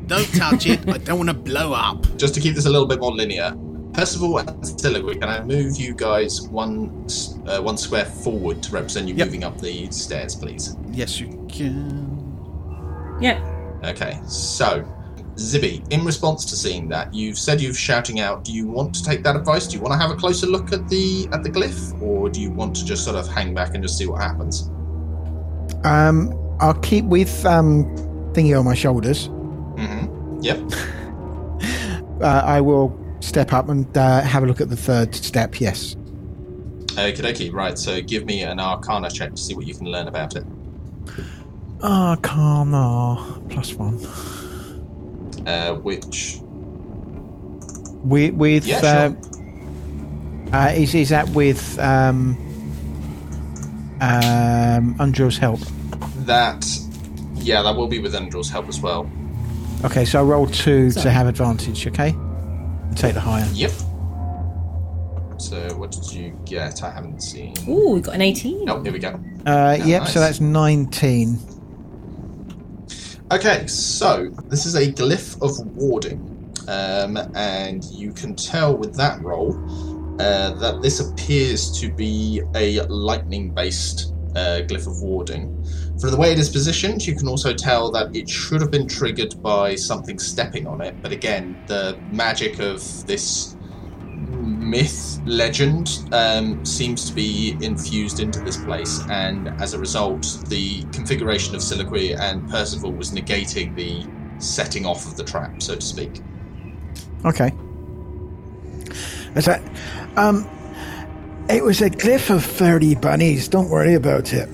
Speaker 10: Don't touch it. I don't want to blow up.
Speaker 1: just to keep this a little bit more linear, Percival and Siliqui, can I move you guys one s- uh, one square forward to represent you
Speaker 2: Yep.
Speaker 1: moving up the stairs, please?
Speaker 2: Yes, you can.
Speaker 4: Yeah.
Speaker 1: Okay, so Zibby, in response to seeing that, you've said you've shouting out. Do you want to take that advice? Do you want to have a closer look at the at the glyph, or do you want to just sort of hang back and just see what happens?
Speaker 3: Um, I'll keep with um, thingy on my shoulders.
Speaker 1: Mm-hmm. Yep.
Speaker 3: Uh, I will step up and uh, have a look at the third step, yes.
Speaker 1: Okie dokie. Right. So give me an Arcana check to see what you can learn about it.
Speaker 3: Arcana, Ah, plus one.
Speaker 1: Uh, which
Speaker 3: With, with
Speaker 1: Yeah,
Speaker 3: uh,
Speaker 1: sure.
Speaker 3: uh, is, is that with um, um, Undrill's help?
Speaker 1: that yeah, that will be with Andrew's help as well.
Speaker 3: Okay, so I roll two to have advantage, okay? And take the higher.
Speaker 1: Yep. So what did you get? I haven't seen.
Speaker 4: Ooh, we got an eighteen.
Speaker 1: Oh, here we go.
Speaker 3: Uh, yep, so
Speaker 1: nice.
Speaker 3: that's 19.
Speaker 1: Okay, so this is a glyph of warding, um, and you can tell with that roll uh, that this appears to be a lightning-based uh, glyph of warding. From the way it is positioned, you can also tell that it should have been triggered by something stepping on it. But again, the magic of this myth legend um, seems to be infused into this place, and as a result, the configuration of Siliqui and Percival was negating the setting off of the trap, so to speak.
Speaker 3: Okay. Is that, um, it was a glyph of 30 bunnies. Don't worry about it.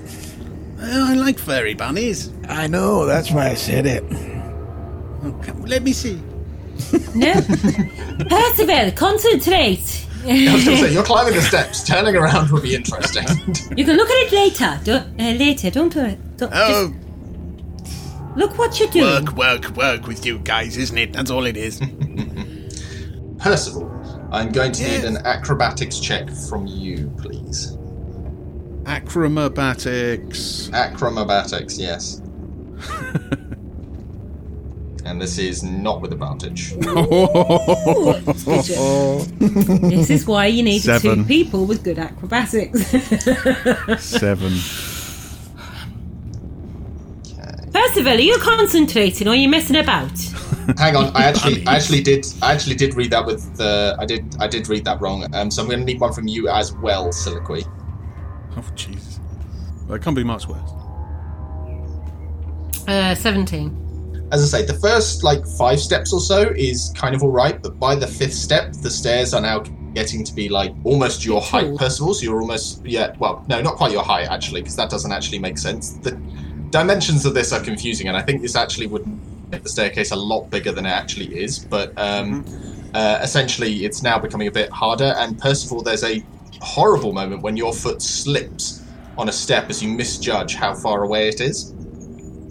Speaker 10: Oh, I like furry bunnies.
Speaker 3: I know, that's why I said it.
Speaker 10: Oh, come, let me see.
Speaker 4: No. Percival, concentrate.
Speaker 1: I was going to say, you're climbing the steps. Turning around would be interesting.
Speaker 4: You can look at it later. Don't, uh, later, don't worry. Don't,
Speaker 10: Oh,
Speaker 4: just look what you're doing.
Speaker 10: work, work, work with you guys, isn't it? That's all it is.
Speaker 1: Percival, I'm going to need
Speaker 10: Yes.
Speaker 1: an acrobatics check from you, please.
Speaker 2: Acrobatics.
Speaker 1: Acrobatics, yes. and this is not with advantage.
Speaker 4: Ooh, it's vicious. this is why you need two
Speaker 2: Seven.
Speaker 4: people with good acrobatics.
Speaker 2: Seven.
Speaker 4: Percival, are you concentrating or are you messing about?
Speaker 1: Hang on, I actually, I actually did, I actually did read that with the, I did, I did read that wrong. Um, so I'm going to need one from you as well, Siliqui.
Speaker 2: Oh, Jesus. Well, it can't be much worse.
Speaker 8: Uh, Seventeen.
Speaker 1: As I say, the first like five steps or so is kind of all right, but by the fifth step, the stairs are now getting to be like almost your height,
Speaker 8: tall.
Speaker 1: Percival. So you're almost, yeah, well, no, not quite your height actually, because that doesn't actually make sense. The dimensions of this are confusing, and I think this actually would make the staircase a lot bigger than it actually is. But um, uh, essentially, it's now becoming a bit harder. And Percival, there's a horrible moment when your foot slips on a step as you misjudge how far away it is,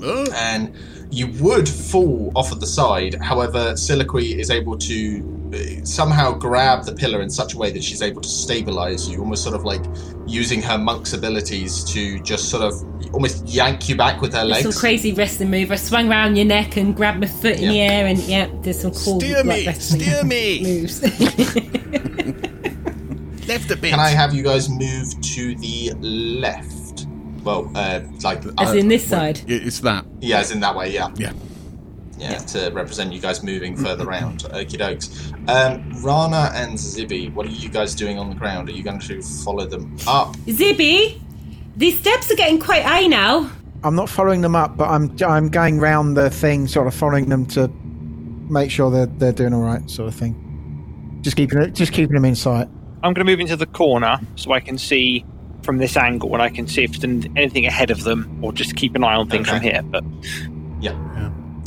Speaker 10: Oh,
Speaker 1: and you would fall off of the side. However, Siliqui is able to uh, somehow grab the pillar in such a way that she's able to stabilize you, almost sort of like using her monk's abilities to just sort of almost yank you back with her legs.
Speaker 4: Some crazy wrestling move. I swung round your neck and grabbed my foot in the
Speaker 1: Yeah.
Speaker 4: air and yeah, did some cool
Speaker 10: steer
Speaker 4: like,
Speaker 10: me,
Speaker 4: wrestling
Speaker 10: steer me.
Speaker 4: moves.
Speaker 1: Uh,
Speaker 10: Left a bit.
Speaker 1: Can I have you guys move to the left? Well, uh, like
Speaker 4: As
Speaker 1: uh,
Speaker 4: in this side.
Speaker 2: It- It's that.
Speaker 1: yeah, as in that way, yeah.
Speaker 2: Yeah.
Speaker 1: yeah, to represent you guys moving further round. Okie dokes. Um, Rana and Zibby, what are you guys doing on the ground? Are you going to follow them up?
Speaker 4: Zibby, These steps are getting quite high now.
Speaker 3: I'm not following them up, but I'm I'm going round the thing, sort of following them to make sure they're they're doing all right, sort of thing. Just keeping it, just keeping them in sight.
Speaker 7: I'm going to move into the corner so I can see from this angle and I can see if there's an- anything ahead of them or just keep an eye on things
Speaker 1: Okay.
Speaker 7: from here. But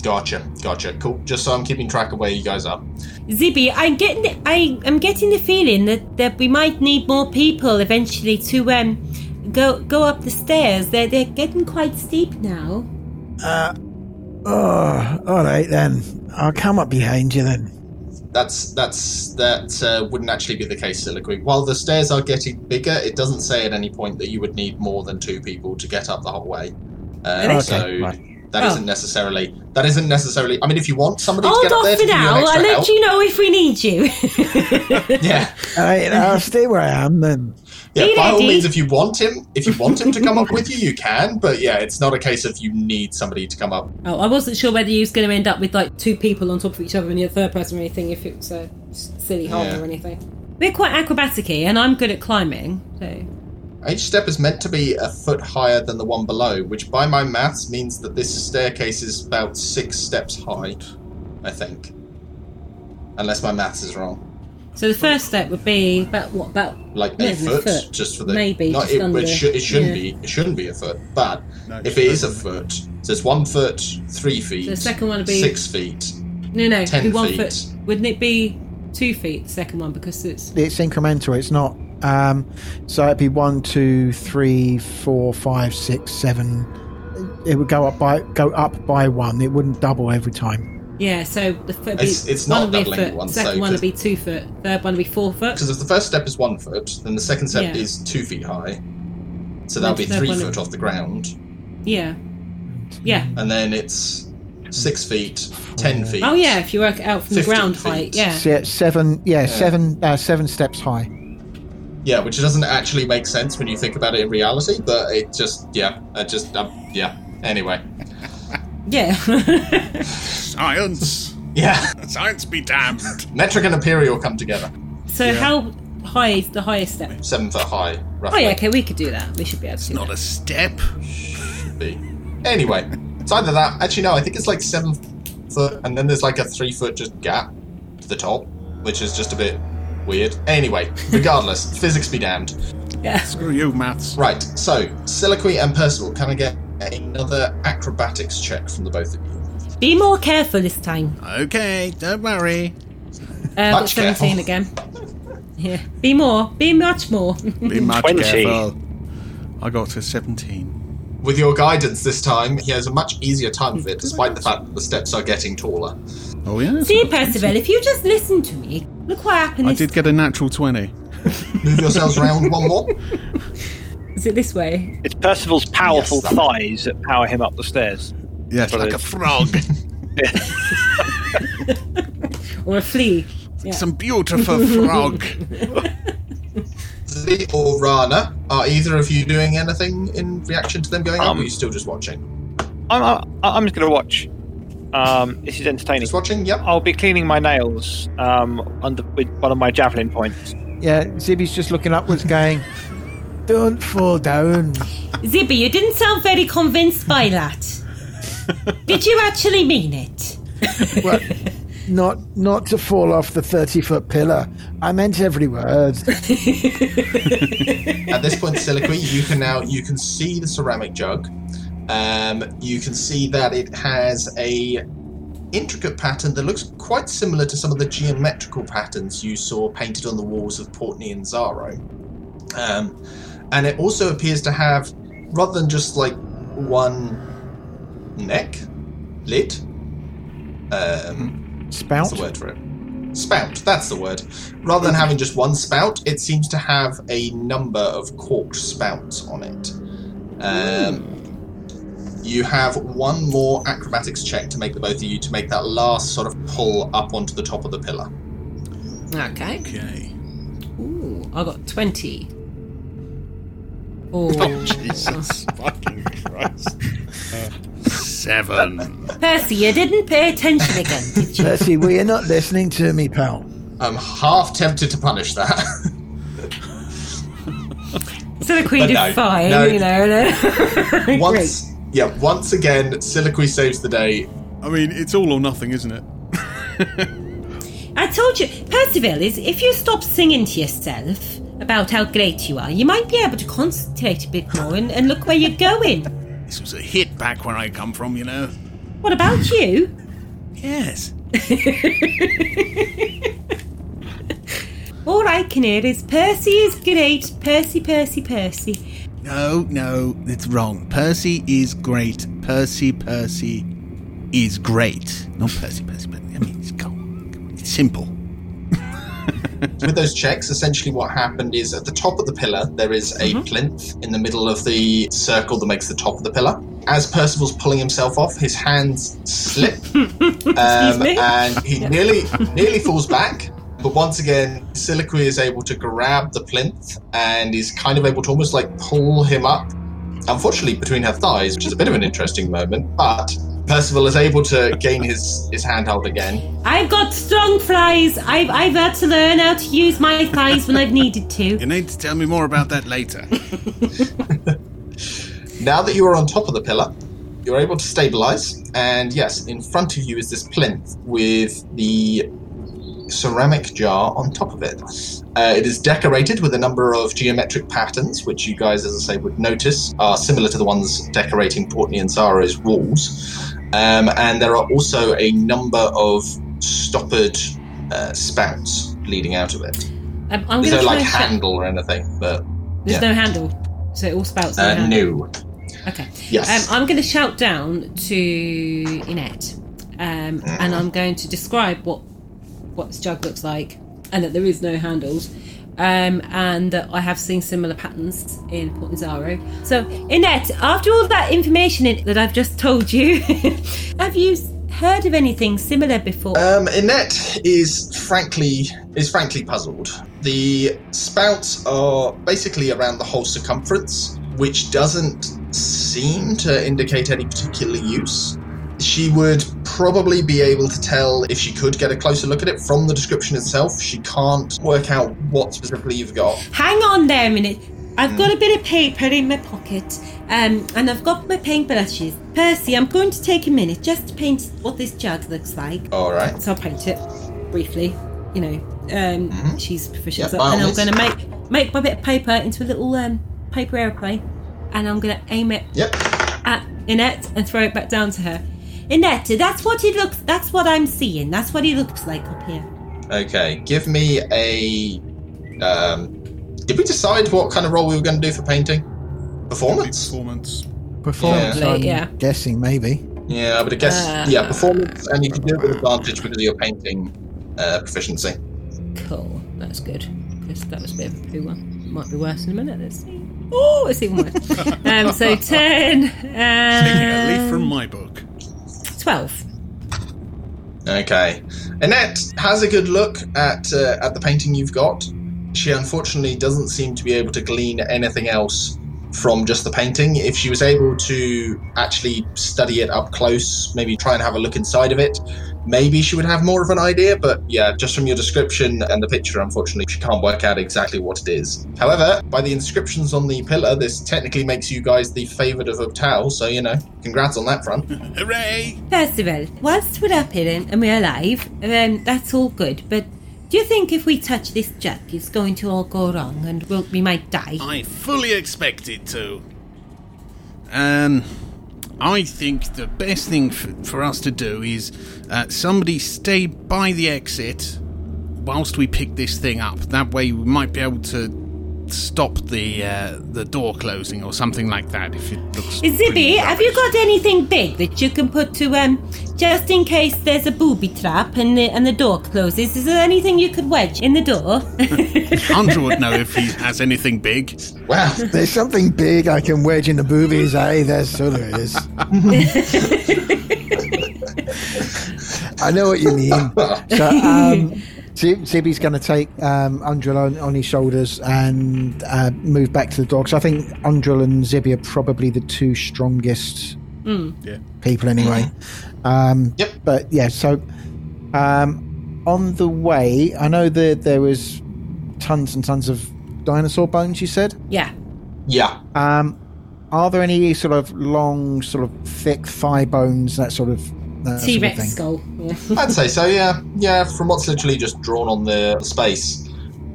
Speaker 1: Gotcha, gotcha. Cool. Just so I'm keeping track of where you guys are.
Speaker 4: Zibby, I'm getting the, I am getting the feeling that, that we might need more people eventually to um go go up the stairs. They're they're getting quite steep now.
Speaker 3: Uh, Oh, all right then. I'll come up behind you then.
Speaker 1: That's that's that uh, wouldn't actually be the case, Soliloquy. While the stairs are getting bigger, it doesn't say at any point that you would need more than two people to get up the whole way. Uh,
Speaker 3: Okay,
Speaker 1: so
Speaker 3: right.
Speaker 1: that
Speaker 4: Oh.
Speaker 1: not necessarily that isn't necessarily. I mean, if you want somebody to
Speaker 4: Hold
Speaker 1: get up there
Speaker 4: off
Speaker 1: to
Speaker 4: for
Speaker 1: give you
Speaker 4: now.
Speaker 1: an
Speaker 4: I'll
Speaker 1: extra
Speaker 4: let
Speaker 1: help,
Speaker 4: you know if we need you.
Speaker 1: yeah,
Speaker 3: All right, I'll stay where I am then.
Speaker 1: yeah.
Speaker 4: Hey,
Speaker 1: by all
Speaker 4: Daddy.
Speaker 1: means, if you want him, if you want him to come up with you, you can. But yeah, it's not a case of you need somebody to come up.
Speaker 4: oh, I wasn't sure whether you was going to end up with like
Speaker 8: Two people on top of each other and the third person or anything if it's a s- silly hole
Speaker 1: Yeah.
Speaker 8: or anything.
Speaker 4: we're quite acrobatic and I'm good at climbing. So
Speaker 1: Each step is meant to be a foot higher than the one below, which by my maths means that this staircase is about six steps high, I think. Unless my maths is wrong.
Speaker 4: so the first step would be about what about
Speaker 1: Like
Speaker 8: Yeah,
Speaker 1: a
Speaker 8: it's a
Speaker 1: foot,
Speaker 8: foot.
Speaker 1: just for the
Speaker 8: Maybe,
Speaker 1: not,
Speaker 8: just
Speaker 1: it,
Speaker 8: under.
Speaker 1: it, should, it shouldn't
Speaker 8: Yeah.
Speaker 1: be it shouldn't be a foot, but
Speaker 2: No,
Speaker 1: if
Speaker 2: it's
Speaker 1: it is a
Speaker 2: not.
Speaker 1: foot, so it's one foot, three feet,
Speaker 4: the second one would be-
Speaker 1: six feet.
Speaker 4: no no it'd
Speaker 1: Ten
Speaker 4: be one
Speaker 1: feet.
Speaker 4: foot? Wouldn't it be two feet? The second one because it's
Speaker 3: It's incremental. It's not. Um, so it'd be one, two, three, four, five, six, seven. It would go up by go up by one. It wouldn't double every time.
Speaker 4: Yeah, so the foot would be
Speaker 1: It's- it's
Speaker 4: one
Speaker 1: not
Speaker 4: would be a
Speaker 1: doubling
Speaker 4: foot,
Speaker 1: one,
Speaker 4: second
Speaker 1: so
Speaker 4: one would
Speaker 1: just-
Speaker 4: be two foot, third one would be four foot.
Speaker 1: Because if the first step is one foot, then the second step
Speaker 4: Yeah.
Speaker 1: is two feet high. So
Speaker 4: Then
Speaker 1: that'll be
Speaker 4: the third
Speaker 1: three
Speaker 4: one-
Speaker 1: foot off the ground.
Speaker 4: Yeah, yeah.
Speaker 1: And then it's six feet, ten feet.
Speaker 4: Oh yeah, if you work it out from the
Speaker 1: 15
Speaker 4: ground
Speaker 1: feet.
Speaker 4: height, yeah.
Speaker 3: Se- seven, yeah, seven, uh, seven steps high.
Speaker 1: Yeah, which doesn't actually make sense when you think about it in reality, but it just, yeah, it just, um, yeah. Anyway,
Speaker 4: Yeah.
Speaker 10: Science!
Speaker 1: yeah,
Speaker 10: Science be damned!
Speaker 1: metric and imperial come together,
Speaker 4: so how high is the highest step?
Speaker 1: seven foot high,
Speaker 4: Oh
Speaker 1: roughly.
Speaker 4: yeah, okay, we could do that. We should be able to do
Speaker 10: Not
Speaker 4: that.
Speaker 10: a step.
Speaker 1: be. Anyway, it's either that. Actually, no, I think it's like seven foot, and then there's like a three foot just gap to the top, which is just a bit weird. Anyway, regardless, physics be damned.
Speaker 2: Screw you, maths.
Speaker 1: Right, so Siliqui and Percival, can I get another acrobatics check from the both of you?
Speaker 4: Be more careful this time.
Speaker 10: Okay, don't worry.
Speaker 4: Uh, got
Speaker 1: Much
Speaker 4: seventeen
Speaker 1: careful.
Speaker 4: again. Yeah. Be more. Be much more.
Speaker 2: Be much
Speaker 7: 20.
Speaker 2: careful. I got to 17.
Speaker 1: With your guidance this time, he has a much easier time of it, despite the fact that the steps are getting taller.
Speaker 2: Oh, yeah.
Speaker 4: See, Percival, if you just listen to me, look what happened.
Speaker 2: I
Speaker 4: This,
Speaker 2: did get a natural 20.
Speaker 1: Move yourselves round one more.
Speaker 4: Is it this way?
Speaker 7: it's Percival's powerful
Speaker 1: Yes, that-
Speaker 7: thighs that power him up the stairs.
Speaker 2: Yes.
Speaker 7: But
Speaker 10: Like a frog.
Speaker 4: Or a flea?
Speaker 10: Some beautiful frog.
Speaker 1: Zee or Rana, are either of you doing anything in reaction to them going up, or
Speaker 7: Um,
Speaker 1: are you still just watching?
Speaker 7: I'm, I'm, I'm just going to watch. Um, this is entertaining.
Speaker 1: Just watching, yep.
Speaker 7: I'll be cleaning my nails um, under with one of my javelin points.
Speaker 3: Yeah, Zibby's just looking upwards, going, "Don't fall down."
Speaker 4: Zibby, you didn't sound very convinced by that. Did you actually mean it?
Speaker 3: Well, not not to fall off the thirty foot pillar. I meant every word.
Speaker 1: At this point, Siliqui, you can now you can see the ceramic jug. Um, you can see that it has a intricate pattern that looks quite similar to some of the geometrical patterns you saw painted on the walls of Portney and Zaro. Um, and it also appears to have, rather than just like one neck, lid, um,
Speaker 3: Spout.
Speaker 1: That's the word for it. Spout, that's the word. Rather than having just one spout, it seems to have a number of corked spouts on it. Um, you have one more acrobatics check to make the both of you to make that last sort of pull up onto the top of the pillar.
Speaker 4: Okay.
Speaker 10: Okay.
Speaker 4: Ooh, I got 20. Oh.
Speaker 10: Jesus fucking Christ. Seven.
Speaker 4: Percy, you didn't pay attention again, did you?
Speaker 3: Percy, well, you're not listening to me, pal.
Speaker 1: I'm half tempted to punish that.
Speaker 4: Soliloquy
Speaker 1: But
Speaker 4: did
Speaker 1: no,
Speaker 4: fine,
Speaker 1: no.
Speaker 4: you know. and-
Speaker 1: Once, yeah, once again, Soliloquy saves the day.
Speaker 2: I mean, it's all or nothing, isn't it?
Speaker 4: I told you, Percival, is if you stop singing to yourself about how great you are, you might be able to concentrate a bit more and, and look where you're going.
Speaker 10: This was a hit back where I come from, you know.
Speaker 4: What about you?
Speaker 10: Yes.
Speaker 4: All I can hear is Percy is great, Percy, Percy, Percy.
Speaker 10: No, Oh, no, it's wrong. Percy is great. Percy, Percy is great. Not Percy, Percy, but I mean, it's, cool. it's simple.
Speaker 1: With those checks, essentially what happened is at the top of the pillar, there is a plinth in the middle of the circle that makes the top of the pillar. As Percival's pulling himself off, his hands slip, um,
Speaker 4: me?
Speaker 1: and he nearly nearly falls back. But once again, Soliloquy is able to grab the plinth and is kind of able to almost like pull him up unfortunately between her thighs, which is a bit of an interesting moment. But Percival is able to gain his his handhold again.
Speaker 4: I've got strong thighs. I've, I've had to learn how to use my thighs when I've needed to.
Speaker 10: You need to tell me more about that later.
Speaker 1: Now that you are on top of the pillar, you're able to stabilize, and yes, in front of you is this plinth with the ceramic jar on top of it. Uh, it is decorated with a number of geometric patterns, which you guys, as I say, would notice are similar to the ones decorating Portney and Zara's walls. Um, and there are also a number of stoppered uh, spouts leading out of it.
Speaker 4: I'm, Um, I'm
Speaker 1: There's
Speaker 4: gonna
Speaker 1: no
Speaker 4: try
Speaker 1: like
Speaker 4: and check-
Speaker 1: handle or anything, but
Speaker 4: There's
Speaker 1: yeah.
Speaker 4: no handle, so it all spouts. no
Speaker 1: uh,
Speaker 4: handle.
Speaker 1: new.
Speaker 4: Okay.
Speaker 1: Yes.
Speaker 4: Um, I'm going to shout down to Inette, um, and I'm going to describe what what this jug looks like, and that there is no handles, um, and that I have seen similar patterns in Portanzaro. So, Inette, after all that information in- that I've just told you, have you s- heard of anything similar before?
Speaker 1: Um, Annette is frankly is frankly puzzled. The spouts are basically around the whole circumference, which doesn't seem to indicate any particular use. She would probably be able to tell if she could get a closer look at it from the description itself. She can't work out what specifically you've got.
Speaker 4: Hang on there a minute. I've
Speaker 1: Mm.
Speaker 4: got a bit of paper in my pocket, um, and I've got my paintbrushes. Percy, I'm going to take a minute just to paint what this jug looks like.
Speaker 1: All right.
Speaker 4: So I'll paint it briefly. You know, um, she's proficient,
Speaker 1: Mm-hmm. Yeah,
Speaker 4: so-
Speaker 1: by all
Speaker 4: and I'm
Speaker 1: means.
Speaker 4: going to make make my bit of paper into a little um, paper airplane, and I'm going to aim it
Speaker 1: Yep.
Speaker 4: at Inette and throw it back down to her. Inette, that's what he looks. That's what I'm seeing. That's what he looks like up here.
Speaker 1: Okay. Give me a. Um, did we decide what kind of role we were going to do for painting? Performance.
Speaker 2: Performance.
Speaker 3: Performance,
Speaker 4: Probably,
Speaker 3: I'm
Speaker 4: yeah.
Speaker 3: guessing, maybe.
Speaker 1: Yeah, but I guess
Speaker 4: Uh.
Speaker 1: yeah, performance, and you can do it with advantage because of your painting uh, proficiency.
Speaker 4: Cool. That's good. Because that was a bit of a poo one. Might be worse in a minute. Let's see. Oh, it's even worse. um, so 10,
Speaker 2: Taking a leaf
Speaker 4: um,
Speaker 2: from my book.
Speaker 4: 12.
Speaker 1: Okay, Annette has a good look at uh, at the painting you've got. She unfortunately doesn't seem to be able to glean anything else from just the painting. If she was able to actually study it up close, maybe try and have a look inside of it, maybe she would have more of an idea. But yeah, just from your description and the picture, unfortunately, she can't work out exactly what it is. However, by the inscriptions on the pillar, this technically makes you guys the favoured of Optal, so you know, congrats on that front.
Speaker 10: Hooray!
Speaker 4: Percival, whilst we're up here and and we're alive, um, that's all good. But do you think if we touch this jug, it's going to all go wrong and we'll, we might die?
Speaker 10: I fully expect it to. Um, I think the best thing for, for us to do is uh, somebody stay by the exit whilst we pick this thing up. That way, we might be able to stop the uh, the door closing or something like that. If it looks
Speaker 4: Zibby,
Speaker 10: pretty
Speaker 4: have you got anything big that you can put to um, just in case there's a booby trap and the and the door closes? Is there anything you could wedge in the door?
Speaker 10: Hunter would know if he has anything big.
Speaker 1: Wow,
Speaker 3: There's something big I can wedge in the boobies, eh? There's so there is. I know what you mean. So, um, Zib- Zibby's going to take um, Undril on, on his shoulders and uh, move back to the dogs. I think Undril and Zibby are probably the two strongest
Speaker 2: Yeah.
Speaker 3: people, anyway. Um,
Speaker 1: Yep.
Speaker 3: But yeah, so um, on the way, I know that there was tons and tons of dinosaur bones. You said
Speaker 4: yeah.
Speaker 1: Yeah.
Speaker 3: Um, are there any sort of long, sort of thick thigh bones, that sort of that
Speaker 4: T
Speaker 3: sort of
Speaker 4: Rex
Speaker 3: thing?
Speaker 4: skull. Yeah.
Speaker 1: I'd say so, yeah. Yeah, from what's literally just drawn on the space,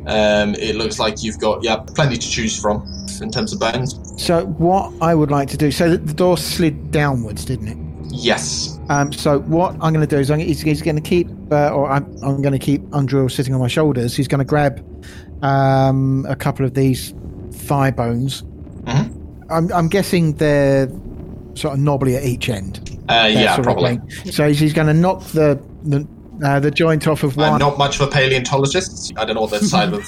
Speaker 1: um, it looks like you've got, yeah, plenty to choose from in terms of bones.
Speaker 3: So what I would like to do. So the- the door slid downwards, didn't it?
Speaker 1: Yes. Uh,
Speaker 3: Um, so what I'm going to do is I'm, he's, he's going to keep, uh, or I'm, I'm going to keep Undrill sitting on my shoulders. He's going to grab um, a couple of these thigh bones.
Speaker 1: Mhm.
Speaker 3: I'm, I'm guessing they're sort of knobbly at each end.
Speaker 1: Uh,
Speaker 3: that
Speaker 1: yeah,
Speaker 3: sort of
Speaker 1: probably.
Speaker 3: thing. So he's, he's going to knock the the, uh, the joint off of one.
Speaker 1: I'm not much of a paleontologist. I don't know what the side of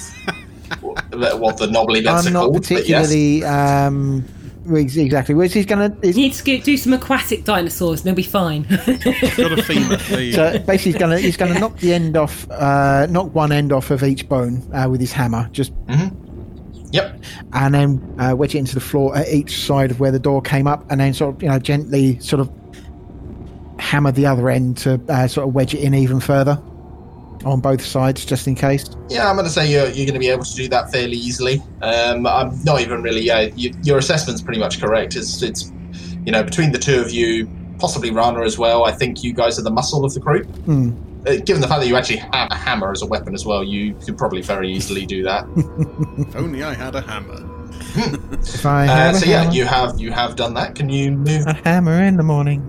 Speaker 1: what the knobbly bits
Speaker 3: I'm
Speaker 1: are
Speaker 3: not
Speaker 1: called, but yes.
Speaker 3: particularly. um, well, ex- exactly. Whereas he's going to.
Speaker 4: Need to go- do some aquatic dinosaurs and they'll be fine.
Speaker 2: Got a femur. There you
Speaker 3: So basically, he's gonna he's gonna knock the end off, uh, knock one end off of each bone uh, with his hammer, just
Speaker 1: Yep.
Speaker 3: and then uh, wedge it into the floor at each side of where the door came up, and then sort of you know gently sort of hammer the other end to uh, sort of wedge it in even further on both sides, just in case.
Speaker 1: Yeah, I'm going to say you're, you're going to be able to do that fairly easily. Um, I'm not even really. Yeah, you, your assessment's pretty much correct. It's it's you know between the two of you, possibly Rana as well. I think you guys are the muscle of the group.
Speaker 3: Hmm.
Speaker 1: Uh, given the fact that you actually have a hammer as a weapon as well, you could probably very easily do that.
Speaker 10: If only I had a hammer.
Speaker 3: If
Speaker 1: Uh,
Speaker 3: I have a
Speaker 1: so yeah,
Speaker 3: hammer-
Speaker 1: you have you have done that. Can you move?
Speaker 3: a hammer in the morning.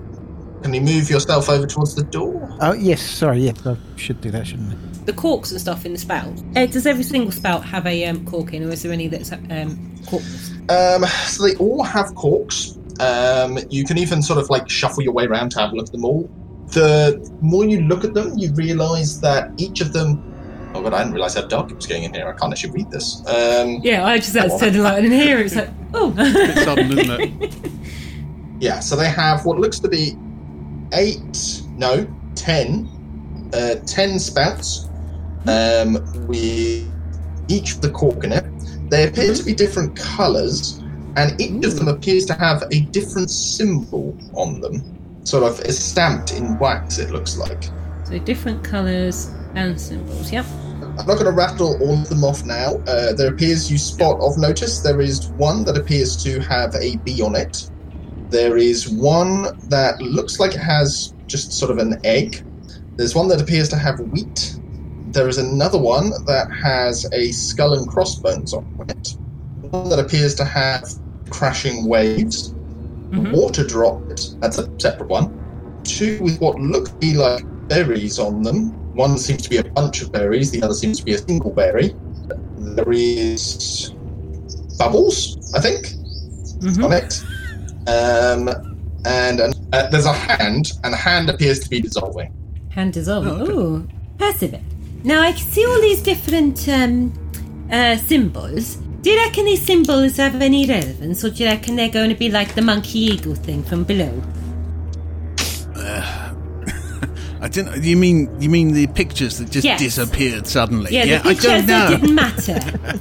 Speaker 1: Can you move yourself over towards the door?
Speaker 3: Oh yes, sorry, yes, I should do that, shouldn't I?
Speaker 4: the corks and stuff in the spout. Uh, does every single spout have a um, cork in, or is there any that's um, corkless?
Speaker 1: Um, so they all have corks. Um, you can even sort of like shuffle your way around to have a look at them all. The more you look at them, you realise that each of them. Oh god, I didn't realise how dark it was getting in here. I can't actually read this. Um,
Speaker 4: Yeah, I just had to turn the light on in here. It's like, oh,
Speaker 2: go. Sudden, isn't it?
Speaker 1: Yeah, so they have what looks to be eight, no, ten, uh, ten spouts um, with each of the cork in it. They appear to be different colours, and each of them appears to have a different symbol on them. Sort of is stamped in wax, it looks like.
Speaker 4: So different colours and symbols. Yep.
Speaker 1: I'm not going to rattle all of them off now. Uh, there appears you spot of notice. There is one that appears to have a bee on it. There is one that looks like it has just sort of an egg. There's one that appears to have wheat. There is another one that has a skull and crossbones on it. One that appears to have crashing waves. Water dropped. That's a separate one two with what look to be like berries on them. One seems to be a bunch of berries, the other seems to be a single berry. There is bubbles, I think, on it. Um, and and, uh, there's a hand, and the hand appears to be dissolving.
Speaker 4: Hand dissolving. Ooh, Percival. Now I can see all these different um, uh, symbols. Do you reckon these symbols have any relevance, or do you reckon they're going to be like the monkey eagle thing from below?
Speaker 10: I don't. You mean you mean the pictures that just
Speaker 4: Yes.
Speaker 10: disappeared suddenly?
Speaker 4: Yeah, the
Speaker 10: I
Speaker 4: pictures
Speaker 10: don't
Speaker 4: that
Speaker 10: know.
Speaker 4: didn't matter.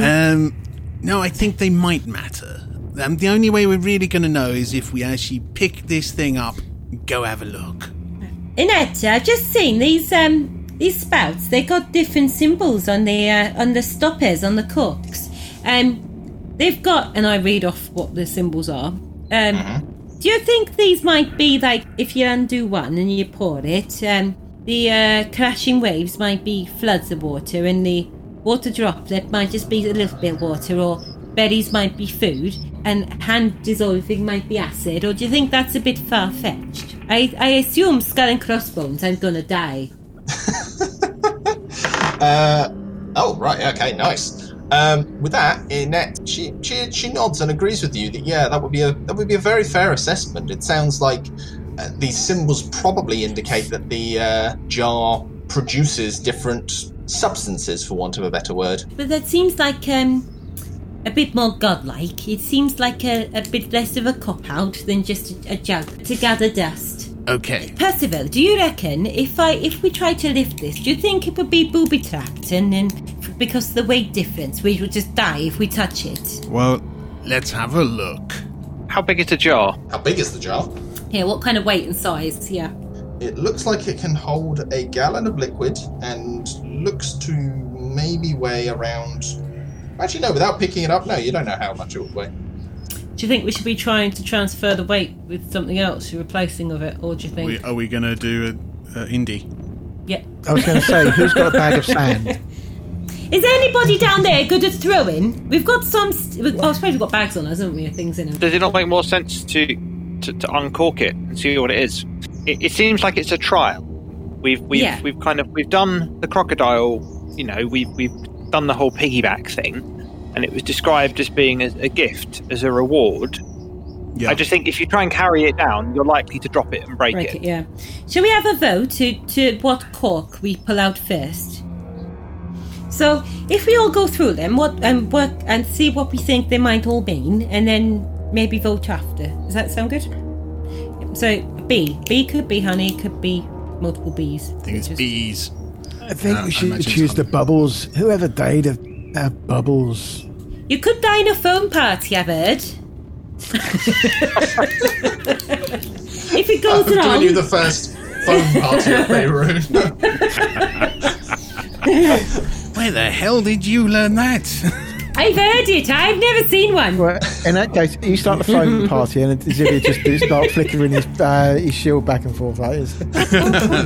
Speaker 10: Um, no, I think they might matter. Um, the only way we're really going to know is if we actually pick this thing up, and go have a look. Uh,
Speaker 4: Inetta, I've just seen these um these spouts. They got different symbols on the uh, on the stoppers on the corks. Um, they've got, and I read off what the symbols are. Um,
Speaker 10: Mm-hmm.
Speaker 4: do you think these might be like if you undo one and you pour it, um, the uh, crashing waves might be floods of water, and the water droplet might just be a little bit of water, or berries might be food, and hand dissolving might be acid, or do you think that's a bit far fetched? I, I assume skull and crossbones, I'm gonna die.
Speaker 1: Uh, oh, right, okay, nice. Um, with that, Inette, she, she she nods and agrees with you that yeah, that would be a that would be a very fair assessment. It sounds like uh, these symbols probably indicate that the uh, jar produces different substances, for want of a better word.
Speaker 4: But that seems like um, a bit more godlike. It seems like a, a bit less of a cop out than just a, a jug to gather dust.
Speaker 10: Okay.
Speaker 4: Percival, do you reckon if I if we try to lift this, do you think it would be booby trapped and then because of the weight difference, we would just die if we touch it?
Speaker 10: Well, let's have a look.
Speaker 7: How big is the jar?
Speaker 1: How big is the jar?
Speaker 4: Yeah, what kind of weight and size? Yeah.
Speaker 1: It looks like it can hold a gallon of liquid and looks to maybe weigh around Actually, no. Without picking it up, no, you don't know how much it will weigh.
Speaker 4: Do you think we should be trying to transfer the weight with something else, a replacing of it, or do you think?
Speaker 2: We, are we going to do a, a indie?
Speaker 4: yeah.
Speaker 3: I was going to say, who's got a bag of sand?
Speaker 4: Is anybody down there good at throwing? We've got some. St- oh, I suppose we've got bags on us, haven't we? Things in them.
Speaker 7: Does it not make more sense to to, to uncork it and see what it is? It, it seems like it's a trial. We've we've
Speaker 4: Yeah.
Speaker 7: we've kind of we've done the crocodile. You know, we've we've done the whole piggyback thing, and it was described as being a, a gift, as a reward.
Speaker 2: Yeah.
Speaker 7: I just think if you try and carry it down, you're likely to drop it and break,
Speaker 4: Break it, yeah. Shall we have a vote to, to what cork we pull out first? So, if we all go through them, what and work and see what we think they might all mean, and then maybe vote after. Does that sound good? So, B, B could be honey, could be multiple B's.
Speaker 10: I think it's bees.
Speaker 11: I think
Speaker 10: Uh, I
Speaker 11: we should
Speaker 10: imagine
Speaker 11: choose
Speaker 10: so.
Speaker 11: the bubbles. Whoever died of uh, bubbles.
Speaker 4: You could die in a phone party, I've heard. if it goes
Speaker 1: I'm
Speaker 4: wrong,
Speaker 1: doing you the first phone party of Beirut.
Speaker 10: Where the hell did you learn that?
Speaker 4: I've heard it. I've never seen one.
Speaker 3: Well, in that case, you start the phone party, and Zibby just do- start flickering his, uh, his shield back and forth like this.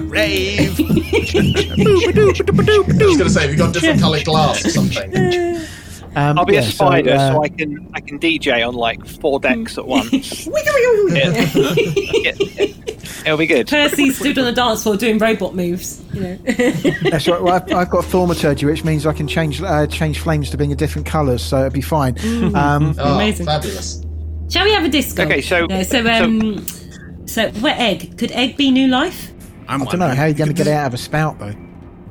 Speaker 10: Rave.
Speaker 1: I was going to say, have you got different coloured glass or something?
Speaker 3: Um,
Speaker 7: I'll be
Speaker 3: yeah,
Speaker 7: a
Speaker 3: so,
Speaker 7: spider, so,
Speaker 3: uh,
Speaker 7: I can I can DJ on like four
Speaker 4: Mm.
Speaker 7: decks at once. Yeah. Yeah. It'll be good.
Speaker 4: Percy stood on the dance floor doing robot moves. You know.
Speaker 3: That's right. Well, I've, I've got thaumaturgy, which means I can change uh, change flames to being a different colours, so it'll be fine.
Speaker 11: Mm.
Speaker 3: Um,
Speaker 1: Oh,
Speaker 4: Amazing.
Speaker 1: Fabulous.
Speaker 4: Shall we have a disco?
Speaker 7: Okay, so-
Speaker 4: No, so um, so what egg? Could egg be new life?
Speaker 10: I'm
Speaker 11: I
Speaker 3: I don't know how you're going to get it out of a spout, though.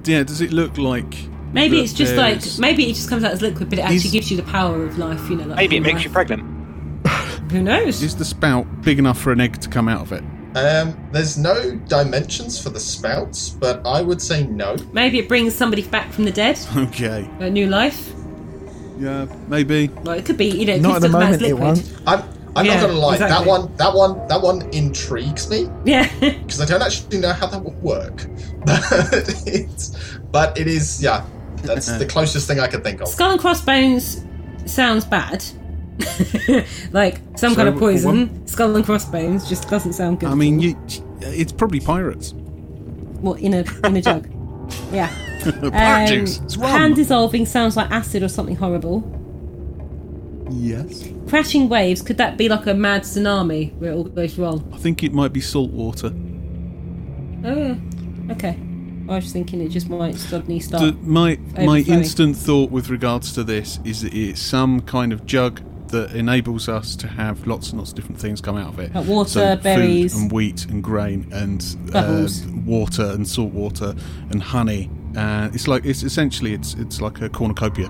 Speaker 2: Yeah, does it look like.
Speaker 4: Maybe
Speaker 2: that
Speaker 4: it's just like
Speaker 2: there's-
Speaker 4: maybe it just comes out as liquid, but it actually
Speaker 2: Is-
Speaker 4: gives you the power of life. You know, like
Speaker 7: Maybe it
Speaker 4: full
Speaker 7: makes you
Speaker 4: life.
Speaker 7: pregnant.
Speaker 4: Who knows?
Speaker 2: Is the spout big enough for an egg to come out of it?
Speaker 1: Um, there's no dimensions for the spouts, but I would say no.
Speaker 4: Maybe it brings somebody back from the dead,
Speaker 2: Okay.
Speaker 4: a new life.
Speaker 2: Yeah, maybe.
Speaker 4: Well, it could be. You know, it
Speaker 3: Not at
Speaker 4: could
Speaker 3: the
Speaker 4: still come out
Speaker 3: moment,
Speaker 4: as
Speaker 3: it
Speaker 4: liquid.
Speaker 3: won't.
Speaker 1: I'm, I'm
Speaker 4: Yeah,
Speaker 1: not going to lie. That
Speaker 4: exactly.
Speaker 1: one, that one, that one intrigues me
Speaker 4: Yeah.
Speaker 1: because I don't actually know how that will work. But it's, but it is, yeah. That's the closest thing I could think of.
Speaker 4: Skull and crossbones sounds bad. like some kind of
Speaker 2: So,
Speaker 4: poison. Skull and crossbones just doesn't sound good.
Speaker 2: I mean, you, it's probably pirates.
Speaker 4: what in a in a jug? yeah.
Speaker 10: Pirate juice. It's rum.
Speaker 4: Um, hand dissolving sounds like acid or something horrible.
Speaker 2: Yes.
Speaker 4: Crashing waves could that be like a mad tsunami where it all goes wrong?
Speaker 2: I think it might be salt water.
Speaker 4: Oh, okay. I was thinking it just might suddenly
Speaker 2: So
Speaker 4: start.
Speaker 2: my my
Speaker 4: Oh. Overflowing.
Speaker 2: instant thought with regards to this is that it's some kind of jug that enables us to have lots and lots of different things come out of it.
Speaker 4: Like water,
Speaker 2: So food
Speaker 4: berries.
Speaker 2: and wheat and grain and uh,
Speaker 4: Bubbles.
Speaker 2: water and salt water and honey. Uh, it's like it's essentially it's it's like a cornucopia.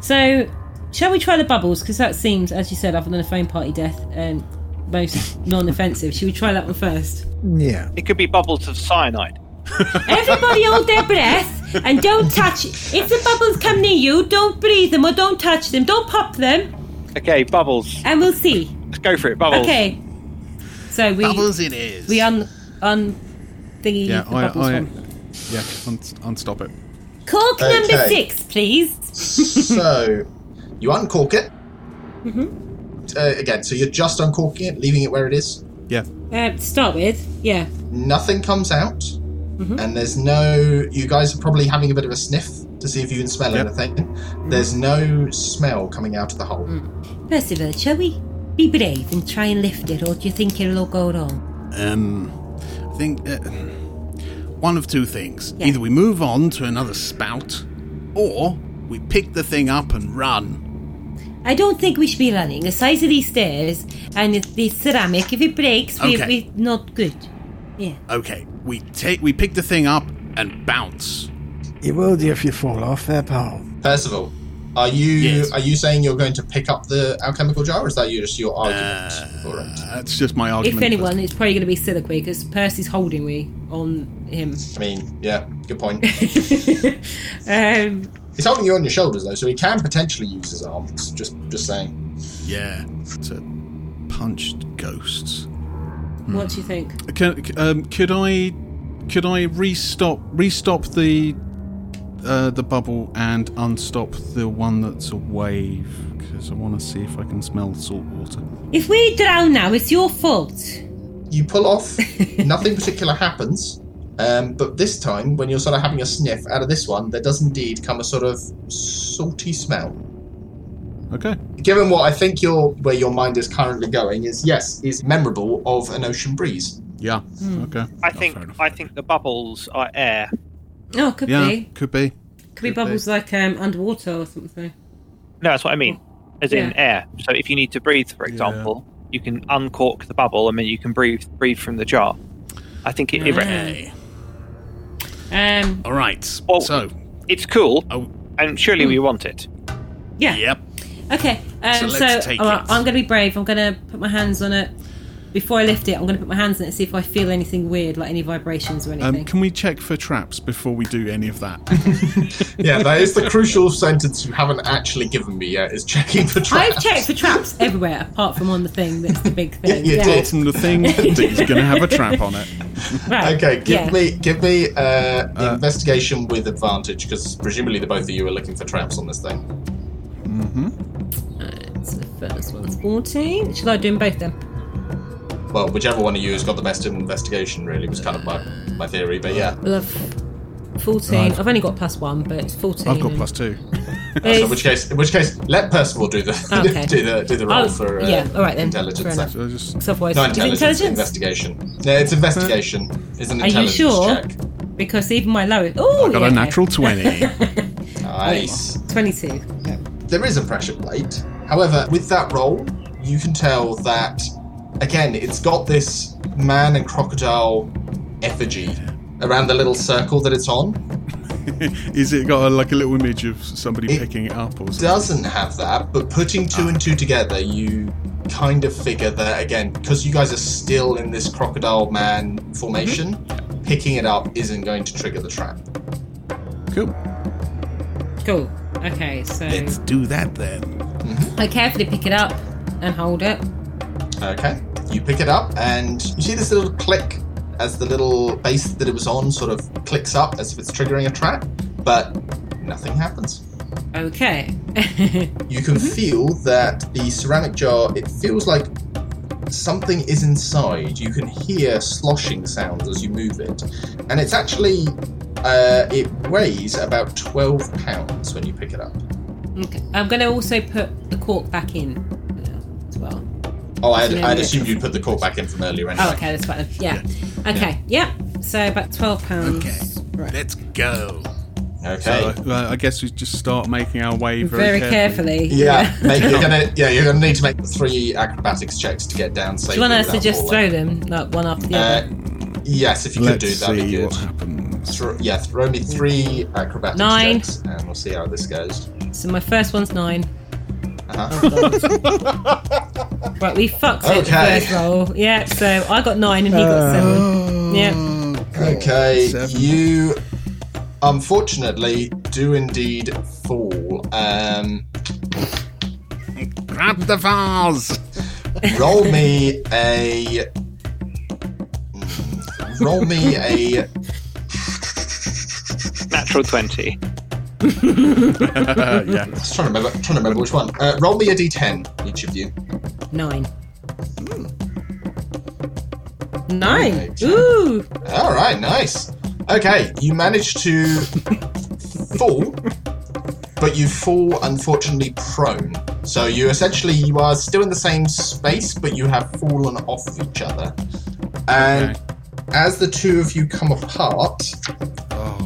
Speaker 4: So, shall we try the bubbles? Because that seems, as you said, other than a phone party death, um, most non-offensive. Should we try that one first?
Speaker 3: Yeah.
Speaker 7: It could be bubbles of cyanide.
Speaker 4: Everybody hold their breath and don't touch. If the bubbles come near you, don't breathe them or don't touch them. Don't pop them,
Speaker 7: Okay, bubbles.
Speaker 4: and we'll see.
Speaker 7: Let's go for it. Bubbles.
Speaker 4: Okay. So we
Speaker 10: Bubbles it is.
Speaker 4: we un un thingy
Speaker 2: Yeah,
Speaker 4: the
Speaker 2: I,
Speaker 4: bubbles
Speaker 2: I
Speaker 4: one.
Speaker 2: yeah, un- unstop it.
Speaker 4: Cork number
Speaker 1: Okay.
Speaker 4: six, please.
Speaker 1: so you uncork it.
Speaker 4: Mm-hmm.
Speaker 1: Uh, again, so you're just uncorking it, leaving it where it is.
Speaker 2: Yeah,
Speaker 4: Uh, to start with, yeah.
Speaker 1: Nothing comes out, and there's no. You guys are probably having a bit of a sniff to see if you can smell
Speaker 2: Yep.
Speaker 1: anything. There's no smell coming out of the hole.
Speaker 4: Percival, shall we be brave and try and lift it, or do you think it'll all go wrong?
Speaker 10: Um, I think uh, one of two things:
Speaker 4: Yeah.
Speaker 10: either we move on to another spout, or we pick the thing up and run.
Speaker 4: I don't think we should be running. The size of these stairs and the- the ceramic, if it breaks, we,
Speaker 10: Okay.
Speaker 4: we're not good. Yeah.
Speaker 10: Okay, we take we pick the thing up and bounce.
Speaker 11: You will do if you fall off there, pal.
Speaker 1: Percival, are you
Speaker 10: Yes.
Speaker 1: are you saying you're going to pick up the alchemical jar, or is that you just your argument for it?
Speaker 10: Uh, That's just my argument.
Speaker 4: If anyone, it's probably going to be Siliqui because Percy's holding me on him.
Speaker 1: I mean, yeah, good point.
Speaker 2: Hmm.
Speaker 4: Um,
Speaker 1: He's holding you on your shoulders though, so he can potentially use his arms. Just just saying.
Speaker 10: yeah, to punched ghosts. Uh,
Speaker 4: What do you think?
Speaker 2: Can, um, could I could I restop restop the uh, the bubble and unstop the one that's a wave because I want to see if I can smell salt water.
Speaker 4: If we drown now, it's your fault.
Speaker 1: You pull off. Nothing particular happens. Um, but this time, when you're sort of having a sniff out of this one, there does indeed come a sort of salty smell.
Speaker 2: Okay.
Speaker 1: Given what I think your where your mind is currently going is yes, is memorable of an ocean breeze.
Speaker 2: Yeah.
Speaker 4: Hmm.
Speaker 2: Okay.
Speaker 7: I
Speaker 2: Oh,
Speaker 7: think
Speaker 2: fair enough.
Speaker 7: I think the bubbles are air.
Speaker 4: Oh, could
Speaker 2: yeah,
Speaker 4: be.
Speaker 2: could be.
Speaker 4: Could be
Speaker 2: could
Speaker 4: bubbles like um, underwater or something.
Speaker 7: No, that's what I mean. As in
Speaker 4: Mm. Yeah.
Speaker 7: air. So if you need to breathe, for example, you can uncork the bubble and then you can breathe breathe from the jar. I think it, it
Speaker 4: Right. Um,
Speaker 10: All right.
Speaker 7: Oh.
Speaker 10: So,
Speaker 7: it's cool,
Speaker 10: oh,
Speaker 7: and surely
Speaker 4: Mm.
Speaker 7: we want it.
Speaker 4: yeah.
Speaker 10: yep.
Speaker 4: Okay. Um,
Speaker 10: So
Speaker 4: so
Speaker 10: let's take
Speaker 4: all right,
Speaker 10: it.
Speaker 4: I'm going to be brave. I'm going to put my hands on it. Before I lift it, I'm going to put my hands on it and see if I feel anything weird, like any vibrations or anything.
Speaker 2: Um, can we check for traps before we do any of that?
Speaker 1: Yeah, that is the crucial sentence you haven't actually given me yet. Is checking for traps.
Speaker 4: I've checked for traps everywhere apart from on the thing that's the big thing.
Speaker 1: you did.
Speaker 2: Bottom of the thing that is going to have a trap on it.
Speaker 4: Right.
Speaker 1: Okay, give
Speaker 4: yeah.
Speaker 1: me give me uh, investigation with advantage because presumably the both of you are looking for traps on this thing.
Speaker 4: So the first one's 14. Should I do them both then?
Speaker 1: Well, whichever one of you has got the best in investigation really was kind of my, my theory, but yeah.
Speaker 4: Well, I've 14. I've only got plus one, but it's 14.
Speaker 2: I've got
Speaker 4: and-
Speaker 2: plus two.
Speaker 1: So in which case, in which case, let Percival do the
Speaker 4: Okay.
Speaker 1: do the do the roll
Speaker 4: Oh,
Speaker 1: for uh,
Speaker 4: yeah, all right then, fair
Speaker 1: intelligence.
Speaker 4: enough.
Speaker 2: So I just
Speaker 4: So otherwise-
Speaker 1: No,
Speaker 4: Is it
Speaker 1: intelligence, investigation. No, it's investigation. It's an
Speaker 4: Are you
Speaker 1: intelligence
Speaker 4: sure?
Speaker 1: check.
Speaker 4: Because even my lowest. Oh,
Speaker 2: got a natural twenty.
Speaker 1: Nice.
Speaker 4: 22.
Speaker 1: There is a pressure plate. However, with that roll, you can tell that again, it's got this man and crocodile effigy around the little circle that it's on.
Speaker 2: is it got a, like a little image of somebody
Speaker 1: It
Speaker 2: picking it up or something?
Speaker 1: doesn't have that, but putting two and two together, you kind of figure that again, because you guys are still in this crocodile man formation,
Speaker 4: Mm-hmm.
Speaker 1: picking it up isn't going to trigger the trap.
Speaker 2: Cool.
Speaker 4: Cool. Okay, so
Speaker 10: Let's do that then.
Speaker 4: I carefully pick it up and hold it.
Speaker 1: Okay. You pick it up and you see this little click as the little base that it was on sort of clicks up as if it's triggering a trap, but nothing happens.
Speaker 4: Okay.
Speaker 1: you can feel that the ceramic jar it feels like something is inside you can hear sloshing sounds as you move it and it's actually uh, it weighs about 12 pounds when you pick it up
Speaker 4: okay. I'm going to also put the cork back in uh, as well.
Speaker 1: oh i'd,
Speaker 4: Yeah,
Speaker 1: I'd
Speaker 4: yeah.
Speaker 1: assumed you'd put the cork back in from earlier anyway
Speaker 4: Oh, okay, that's fine. Yeah. Okay, yeah. So about £12.
Speaker 10: Okay. Let's go.
Speaker 1: okay
Speaker 2: So, uh, I guess we just start making our way
Speaker 4: Very,
Speaker 2: very,
Speaker 4: carefully.
Speaker 1: yeah, mate, you're gonna yeah you're gonna need to make three acrobatics checks to get down
Speaker 4: Do
Speaker 1: safely
Speaker 4: you want us
Speaker 1: without
Speaker 4: to just throw
Speaker 1: falling.
Speaker 4: them, like one after the
Speaker 1: uh,
Speaker 4: other?
Speaker 1: yes if you
Speaker 2: Let's
Speaker 1: could do that'd be
Speaker 2: see
Speaker 1: good
Speaker 2: what happens.
Speaker 1: Thro- yeah throw me three acrobatics
Speaker 4: Nine.
Speaker 1: checks and we'll see how this goes Uh-huh.
Speaker 4: So my first one's nine. right, we fucked it the
Speaker 1: Okay.
Speaker 4: first roll. Yeah, so I got nine and he got seven. Yeah.
Speaker 1: Okay,
Speaker 2: Seven.
Speaker 1: you unfortunately do indeed fall. Um,
Speaker 10: Grab the vase.
Speaker 1: roll me a. mm, Roll me a.
Speaker 7: Natural twenty.
Speaker 2: Uh, yeah.
Speaker 1: I was trying to remember. Trying to remember which one. Uh, roll me a d10, each of you.
Speaker 4: Nine. Nine.
Speaker 1: Okay.
Speaker 4: Ooh.
Speaker 1: All right, nice. Okay, you manage to fall, but you fall unfortunately prone. So you essentially you are still in the same space, but you have fallen off of each other. And
Speaker 2: Okay.
Speaker 1: as the two of you come apart,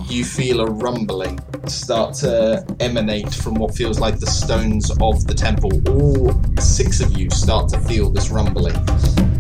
Speaker 1: you feel a rumbling start to emanate from what feels like the stones of the temple. All six of you start to feel this rumbling